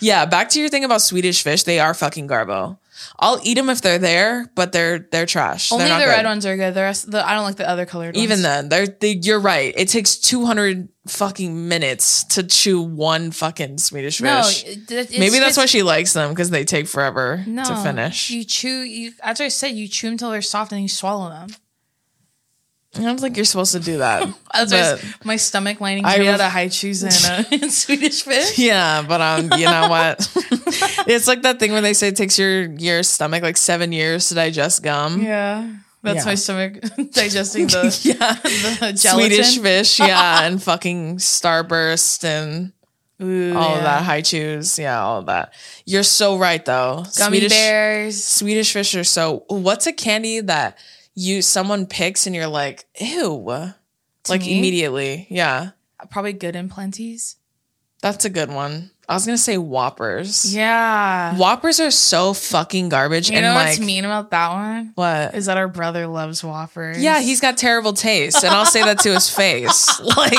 [SPEAKER 2] yeah, back to your thing about Swedish fish. They are fucking garbo. I'll eat them if they're there, but they're they're trash. They're
[SPEAKER 1] Only
[SPEAKER 2] not
[SPEAKER 1] the red
[SPEAKER 2] good.
[SPEAKER 1] ones are good. The rest, the, I don't like the other colored ones.
[SPEAKER 2] Even then, they're they, you're right. It takes two hundred fucking minutes to chew one fucking Swedish
[SPEAKER 1] no,
[SPEAKER 2] fish.
[SPEAKER 1] it- it- it's-
[SPEAKER 2] Maybe that's why
[SPEAKER 1] it's-
[SPEAKER 2] she likes them because they take forever
[SPEAKER 1] no,
[SPEAKER 2] to finish.
[SPEAKER 1] You chew. You, as I said, you chew them until they're soft, and you swallow them.
[SPEAKER 2] I don't think you're supposed to
[SPEAKER 1] *laughs*
[SPEAKER 2] do that.
[SPEAKER 1] As I
[SPEAKER 2] But-
[SPEAKER 1] s- my stomach lining
[SPEAKER 2] I
[SPEAKER 1] made out
[SPEAKER 2] ref-
[SPEAKER 1] of high chews and, uh, *laughs* and Swedish fish.
[SPEAKER 2] *laughs* Yeah, but um, you know what? *laughs* it's like that thing when they say it takes your your stomach like seven years to digest gum.
[SPEAKER 1] Yeah, that's
[SPEAKER 2] Yeah.
[SPEAKER 1] my stomach *laughs* digesting the,
[SPEAKER 2] *laughs* yeah.
[SPEAKER 1] the gelatin.
[SPEAKER 2] Swedish
[SPEAKER 1] *laughs*
[SPEAKER 2] fish, yeah, and fucking Starburst and
[SPEAKER 1] Ooh,
[SPEAKER 2] all
[SPEAKER 1] yeah.
[SPEAKER 2] that high chews, yeah, all of that. You're so right though.
[SPEAKER 1] Gummy
[SPEAKER 2] Swedish
[SPEAKER 1] bears.
[SPEAKER 2] Swedish fish are so. What's a candy that you someone picks and you're like, ew, like
[SPEAKER 1] me?
[SPEAKER 2] immediately? Yeah,
[SPEAKER 1] Probably good and plenties.
[SPEAKER 2] that's a good one. I was gonna say Whoppers.
[SPEAKER 1] Yeah.
[SPEAKER 2] Whoppers are so fucking garbage
[SPEAKER 1] You
[SPEAKER 2] and
[SPEAKER 1] know
[SPEAKER 2] like
[SPEAKER 1] what's mean about that one
[SPEAKER 2] what?
[SPEAKER 1] is that our brother loves whoppers.
[SPEAKER 2] Yeah, he's got terrible taste, and I'll say that to his
[SPEAKER 1] *laughs*
[SPEAKER 2] face. Like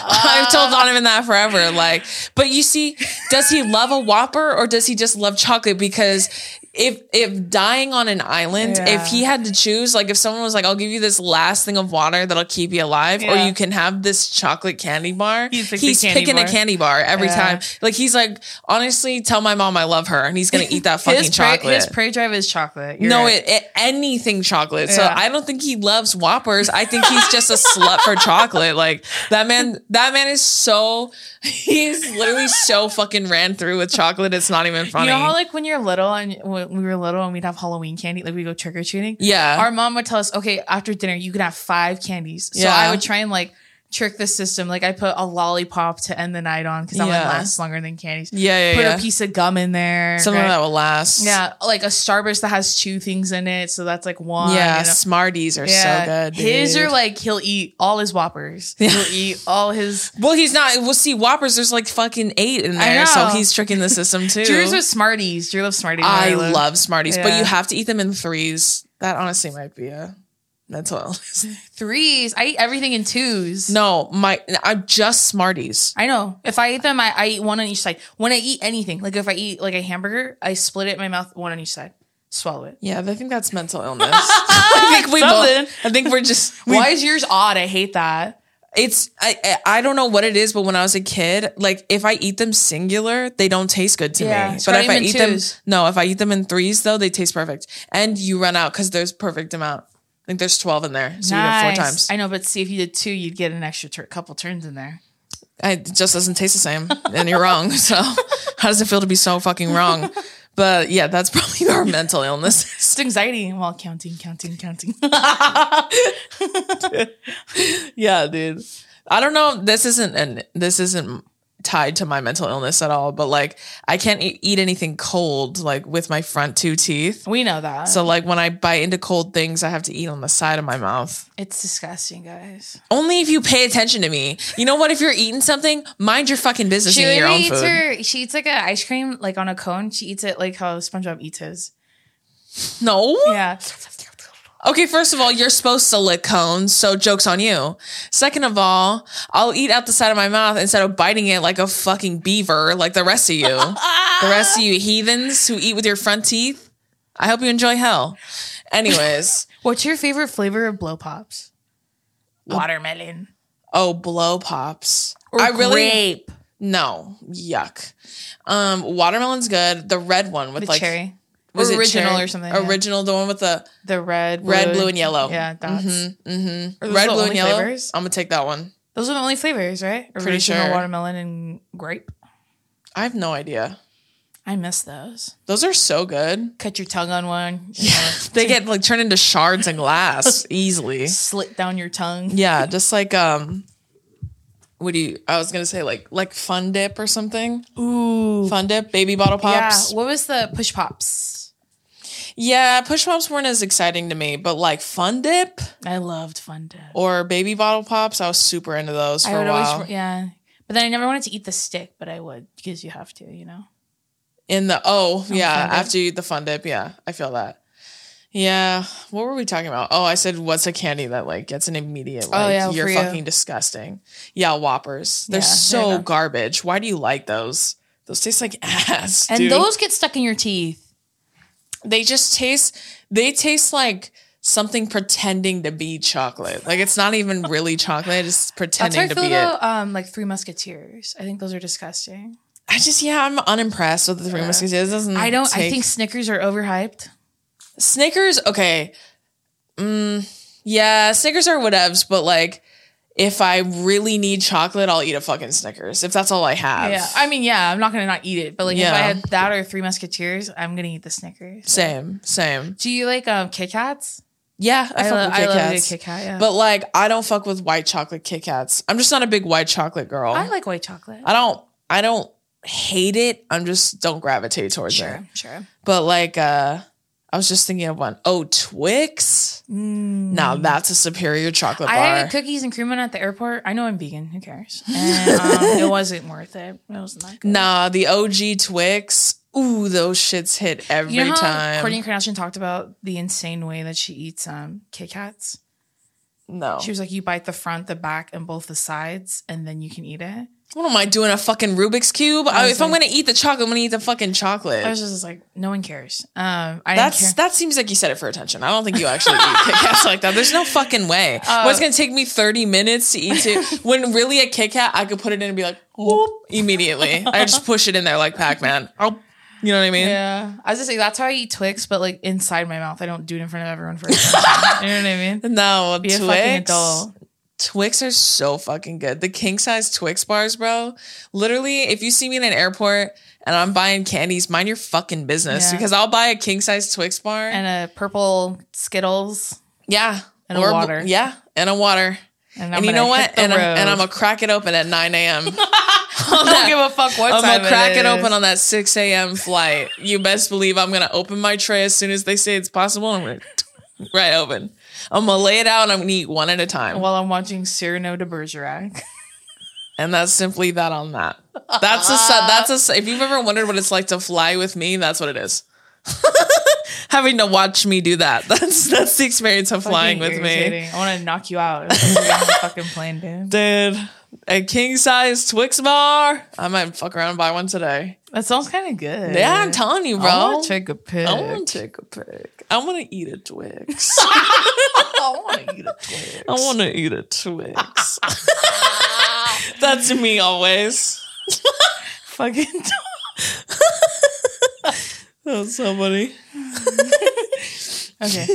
[SPEAKER 2] I've told Donovan that forever. Like, but you see, does he love a Whopper or does he just love chocolate? Because if if dying on an island,
[SPEAKER 1] Yeah.
[SPEAKER 2] if he had to choose, like if someone was like, "I'll give you this last thing of water that'll keep you alive,"
[SPEAKER 1] Yeah.
[SPEAKER 2] or you can have this chocolate candy bar,
[SPEAKER 1] He'd pick the
[SPEAKER 2] he's
[SPEAKER 1] candy
[SPEAKER 2] picking
[SPEAKER 1] bar.
[SPEAKER 2] a candy bar every
[SPEAKER 1] Yeah.
[SPEAKER 2] time. Like he's like, honestly, tell my mom I love her, and he's gonna eat that fucking
[SPEAKER 1] *laughs* his prey,
[SPEAKER 2] chocolate.
[SPEAKER 1] his prey drive is chocolate. You're
[SPEAKER 2] no,
[SPEAKER 1] right.
[SPEAKER 2] it, it- anything chocolate. So
[SPEAKER 1] Yeah.
[SPEAKER 2] I don't think he loves Whoppers. I think he's just a slut for chocolate. Like that man, that man is so he's literally so fucking ran through with chocolate. It's not even funny.
[SPEAKER 1] You know how like when you're little and when we were little and we'd have Halloween candy, like we go trick or treating.
[SPEAKER 2] yeah,
[SPEAKER 1] Our mom would tell us, okay, after dinner you can have five candies. So
[SPEAKER 2] Yeah.
[SPEAKER 1] I would try and like trick the system. Like I put a lollipop to end the night on because that
[SPEAKER 2] Yeah.
[SPEAKER 1] would last longer than candies.
[SPEAKER 2] yeah, yeah,
[SPEAKER 1] Put
[SPEAKER 2] yeah.
[SPEAKER 1] a piece of gum in there.
[SPEAKER 2] Something
[SPEAKER 1] right?
[SPEAKER 2] that will last.
[SPEAKER 1] Yeah, like a Starburst that has two things in it, so that's like one.
[SPEAKER 2] yeah.
[SPEAKER 1] you know?
[SPEAKER 2] Smarties are so
[SPEAKER 1] Yeah.
[SPEAKER 2] good.
[SPEAKER 1] His
[SPEAKER 2] dude.
[SPEAKER 1] are like he'll eat all his *laughs* Whoppers. He'll eat all his.
[SPEAKER 2] well, he's not. We'll see. Whoppers, there's like fucking eight in
[SPEAKER 1] I
[SPEAKER 2] there, so
[SPEAKER 1] know.
[SPEAKER 2] he's tricking
[SPEAKER 1] *laughs*
[SPEAKER 2] the system too.
[SPEAKER 1] Drew's with Smarties. Drew loves Smarties.
[SPEAKER 2] I love Smarties, but
[SPEAKER 1] Yeah.
[SPEAKER 2] you have to eat them in threes. That honestly might be a mental illness.
[SPEAKER 1] threes. I eat everything in twos.
[SPEAKER 2] No, my I'm just Smarties.
[SPEAKER 1] I know. If I eat them, I, I eat one on each side. When I eat anything, like if I eat like a hamburger, I split it in my mouth, one on each side, swallow it.
[SPEAKER 2] Yeah, I think that's *laughs* mental illness. I think we
[SPEAKER 1] Something.
[SPEAKER 2] both. I think we're just. we-
[SPEAKER 1] Why is yours odd? I hate that.
[SPEAKER 2] It's I I- I don't know what it is, but when I was a kid, like if I eat them singular, they don't taste good to
[SPEAKER 1] Yeah,
[SPEAKER 2] me.
[SPEAKER 1] try
[SPEAKER 2] But if
[SPEAKER 1] them
[SPEAKER 2] I
[SPEAKER 1] in
[SPEAKER 2] eat
[SPEAKER 1] twos.
[SPEAKER 2] them, no, if I eat them in threes though, they taste perfect. And you run out because there's perfect amount. I think there's twelve in there, so you eat it four times.
[SPEAKER 1] I know, but see, if you did two, you'd get an extra tur couple turns in there.
[SPEAKER 2] I, it just doesn't taste the same, and you're wrong. *laughs* So how does it feel to be so fucking *laughs* wrong? But yeah, that's probably our mental illness.
[SPEAKER 1] It's anxiety while counting, counting, counting. *laughs*
[SPEAKER 2] yeah, dude. I don't know. This isn't an this isn't tied to my mental illness at all. But like, I can't e- eat anything cold like with my front two teeth.
[SPEAKER 1] we know that.
[SPEAKER 2] So like, when I bite into cold things, I have to eat on the side of my mouth.
[SPEAKER 1] it's disgusting, guys.
[SPEAKER 2] Only if you pay attention to me. You know what? If you're eating something, mind your fucking business.
[SPEAKER 1] She
[SPEAKER 2] and eat your own
[SPEAKER 1] literally eats
[SPEAKER 2] food.
[SPEAKER 1] her. She eats like an ice cream, like on a cone. She eats it like how SpongeBob eats his.
[SPEAKER 2] no.
[SPEAKER 1] Yeah.
[SPEAKER 2] Okay, first of all, you're supposed to lick cones, so joke's on you. Second of all, I'll eat out the side of my mouth instead of biting it like a fucking beaver, like the rest of you. the rest
[SPEAKER 1] *laughs*
[SPEAKER 2] of you heathens who eat with your front teeth. I hope you enjoy hell.
[SPEAKER 1] *laughs*
[SPEAKER 2] Anyways,
[SPEAKER 1] What's your favorite flavor of blow pops? Watermelon.
[SPEAKER 2] oh, blow pops.
[SPEAKER 1] Or
[SPEAKER 2] Um, I really
[SPEAKER 1] grape.
[SPEAKER 2] no yuck. Um, watermelon's good. The red one with
[SPEAKER 1] The
[SPEAKER 2] like
[SPEAKER 1] cherry.
[SPEAKER 2] was it
[SPEAKER 1] original
[SPEAKER 2] cherry?
[SPEAKER 1] or something. yeah.
[SPEAKER 2] Original, the one with the
[SPEAKER 1] The red,
[SPEAKER 2] red, blue, and yellow. Mm-hmm,
[SPEAKER 1] Yeah, dots. Are those
[SPEAKER 2] Red,
[SPEAKER 1] the
[SPEAKER 2] blue, and
[SPEAKER 1] only
[SPEAKER 2] yellow.
[SPEAKER 1] flavors?
[SPEAKER 2] I'm gonna take that one.
[SPEAKER 1] Those are the only flavors, right?
[SPEAKER 2] Pretty
[SPEAKER 1] original
[SPEAKER 2] sure.
[SPEAKER 1] watermelon and grape.
[SPEAKER 2] I have no idea.
[SPEAKER 1] I miss those.
[SPEAKER 2] Those are so good.
[SPEAKER 1] Cut your tongue on one. you know,
[SPEAKER 2] they get like turned into shards and *laughs* glass
[SPEAKER 1] *laughs*
[SPEAKER 2] easily.
[SPEAKER 1] slit down your tongue.
[SPEAKER 2] Yeah, just like um, what do you? I was gonna say like like Fun Dip or something.
[SPEAKER 1] Ooh.
[SPEAKER 2] Fun Dip, baby bottle pops.
[SPEAKER 1] Yeah. What was the push pops?
[SPEAKER 2] Yeah, push pops weren't as exciting to me, but like Fun Dip
[SPEAKER 1] I loved Fun Dip.
[SPEAKER 2] or baby bottle pops, I was super into those for
[SPEAKER 1] I would
[SPEAKER 2] a while.
[SPEAKER 1] always, yeah. But then I never wanted to eat the stick, but I would because you have to, you know?
[SPEAKER 2] In the oh yeah,
[SPEAKER 1] Fun Dip.
[SPEAKER 2] after you eat the Fun Dip, yeah, I feel that. Yeah, what were we talking about? Oh, I said what's a candy that like gets an immediate like
[SPEAKER 1] Oh, yeah,
[SPEAKER 2] you're
[SPEAKER 1] for you.
[SPEAKER 2] fucking disgusting. Yeah, Whoppers. They're
[SPEAKER 1] Yeah, there
[SPEAKER 2] so
[SPEAKER 1] you go.
[SPEAKER 2] garbage. Why do you like those? Those taste like *laughs* ass.
[SPEAKER 1] And
[SPEAKER 2] dude.
[SPEAKER 1] those get stuck in your teeth.
[SPEAKER 2] they just taste they taste like something pretending to be chocolate. Like it's
[SPEAKER 1] *laughs*
[SPEAKER 2] not even really chocolate, it's
[SPEAKER 1] That's how I
[SPEAKER 2] pretending to
[SPEAKER 1] feel
[SPEAKER 2] be it.
[SPEAKER 1] about um, like Three Musketeers. I think those are disgusting.
[SPEAKER 2] I just yeah, I'm unimpressed with the three musketeers. It doesn't
[SPEAKER 1] I don't. I
[SPEAKER 2] take-
[SPEAKER 1] think Snickers are overhyped.
[SPEAKER 2] Snickers, okay. Mm, yeah, Snickers are whatevs, but like if I really need chocolate, I'll eat a fucking Snickers if that's all I have.
[SPEAKER 1] Yeah, I mean, yeah, I'm not gonna not eat it, but like if I
[SPEAKER 2] Yeah.
[SPEAKER 1] had that or Three Musketeers, I'm gonna eat the Snickers.
[SPEAKER 2] Same, same.
[SPEAKER 1] Do you like um Kit Kats?
[SPEAKER 2] Yeah, I, fuck
[SPEAKER 1] lo-
[SPEAKER 2] with Kit
[SPEAKER 1] love a good
[SPEAKER 2] Kats.
[SPEAKER 1] Kit Kat. Yeah,
[SPEAKER 2] But like I don't fuck with white chocolate Kit Kats. I'm just not a big white chocolate girl.
[SPEAKER 1] I like white chocolate.
[SPEAKER 2] I don't I don't hate it. I'm just don't gravitate towards it.
[SPEAKER 1] Sure, sure.
[SPEAKER 2] But like uh I was just thinking of one. Oh, Twix? Now that's a superior chocolate bar.
[SPEAKER 1] Mm. Mm-hmm. I had cookies and cream on at the airport. I know I'm vegan. Who cares? And, um, it wasn't worth it. It wasn't that good.
[SPEAKER 2] Nah, the OG Twix. Ooh, those shits hit every
[SPEAKER 1] You know how
[SPEAKER 2] time.
[SPEAKER 1] Courtney Kardashian talked about the insane way that she eats um, Kit Kats?
[SPEAKER 2] no. Oh.
[SPEAKER 1] She was like, you bite the front, the back, and both the sides, and then you can eat it.
[SPEAKER 2] What am I doing? A fucking Rubik's cube? I- if I'm gonna eat the chocolate, I'm gonna eat the fucking chocolate.
[SPEAKER 1] I was just like, no one cares. Um, I didn't care.
[SPEAKER 2] That's that seems like you said it for attention. I don't think you actually eat *laughs* Kit Kats like that. There's no fucking way.
[SPEAKER 1] Uh,
[SPEAKER 2] What's gonna take me 30 minutes to
[SPEAKER 1] *laughs*
[SPEAKER 2] eat it when really a Kit Kat I could put it in and be like whoop immediately. I just push it in there like Pac-Man. I'll, you know what I mean?
[SPEAKER 1] Yeah, I was just like, that's how I eat Twix, but like inside my mouth, I don't do it in front of everyone for. attention.
[SPEAKER 2] *laughs*
[SPEAKER 1] you know what I mean?
[SPEAKER 2] No,
[SPEAKER 1] Be a
[SPEAKER 2] Twix.
[SPEAKER 1] fucking adult.
[SPEAKER 2] Twix are so fucking good. The king size Twix bars, bro. Literally, if you see me in an airport and I'm buying candies, mind your fucking business
[SPEAKER 1] Yeah.
[SPEAKER 2] because I'll buy a king size Twix bar.
[SPEAKER 1] And a purple Skittles,
[SPEAKER 2] yeah.
[SPEAKER 1] and a water.
[SPEAKER 2] Yeah. And a water.
[SPEAKER 1] and, I'm
[SPEAKER 2] And you
[SPEAKER 1] gonna
[SPEAKER 2] know
[SPEAKER 1] hit
[SPEAKER 2] what?
[SPEAKER 1] the
[SPEAKER 2] And I'm,
[SPEAKER 1] road. *laughs*
[SPEAKER 2] and I'm gonna crack it open at 9 a.m.
[SPEAKER 1] I don't give a fuck what
[SPEAKER 2] I'm
[SPEAKER 1] time
[SPEAKER 2] gonna crack it
[SPEAKER 1] is.
[SPEAKER 2] open on that 6 a.m. flight. You best believe I'm gonna open my tray as soon as they say it's possible. I'm gonna *laughs* right open. I'm gonna lay it out and I'm gonna eat one at a time.
[SPEAKER 1] while I'm watching Cyrano de Bergerac.
[SPEAKER 2] and that's simply that on that. That's
[SPEAKER 1] *laughs*
[SPEAKER 2] a su- that's a. su- If you've ever wondered what it's like to fly with me, that's what it is. *laughs* Having to watch me do that. *laughs* That's that's the experience of flying
[SPEAKER 1] *laughs* Fucking
[SPEAKER 2] with me,
[SPEAKER 1] irritating. I want to knock you out. if you're
[SPEAKER 2] *laughs*
[SPEAKER 1] on the fucking plane, dude.
[SPEAKER 2] dude. A king size Twix bar. I might fuck around and buy one today.
[SPEAKER 1] That sounds kind of good.
[SPEAKER 2] Yeah, I'm telling you, bro.
[SPEAKER 1] I want to take a pic.
[SPEAKER 2] I
[SPEAKER 1] *laughs*
[SPEAKER 2] want to take a pic. I want to eat a Twix.
[SPEAKER 1] to *laughs* eat a Twix.
[SPEAKER 2] I want to eat
[SPEAKER 1] *laughs*
[SPEAKER 2] a Twix. That's me always.
[SPEAKER 1] Fucking
[SPEAKER 2] That's somebody.
[SPEAKER 1] *laughs* okay.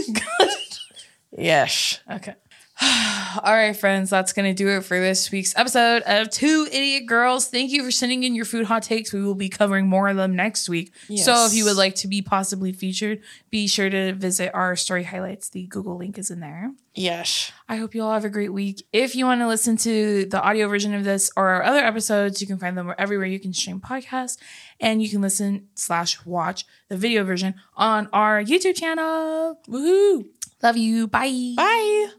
[SPEAKER 2] Yes.
[SPEAKER 1] Okay. *sighs* All right, friends, that's going to do it for this week's episode of Two Idiot Girls. Thank you for sending in your food hot takes. We will be covering more of them next week. So
[SPEAKER 2] Yes.
[SPEAKER 1] if you would like to be possibly featured, be sure to visit our story highlights. The Google link is in there.
[SPEAKER 2] Yes.
[SPEAKER 1] I hope you all have a great week. If you want to listen to the audio version of this or our other episodes, you can find them everywhere you can stream podcasts, and you can listen slash watch the video version on our YouTube channel.
[SPEAKER 2] Woohoo.
[SPEAKER 1] Love you. Bye.
[SPEAKER 2] Bye.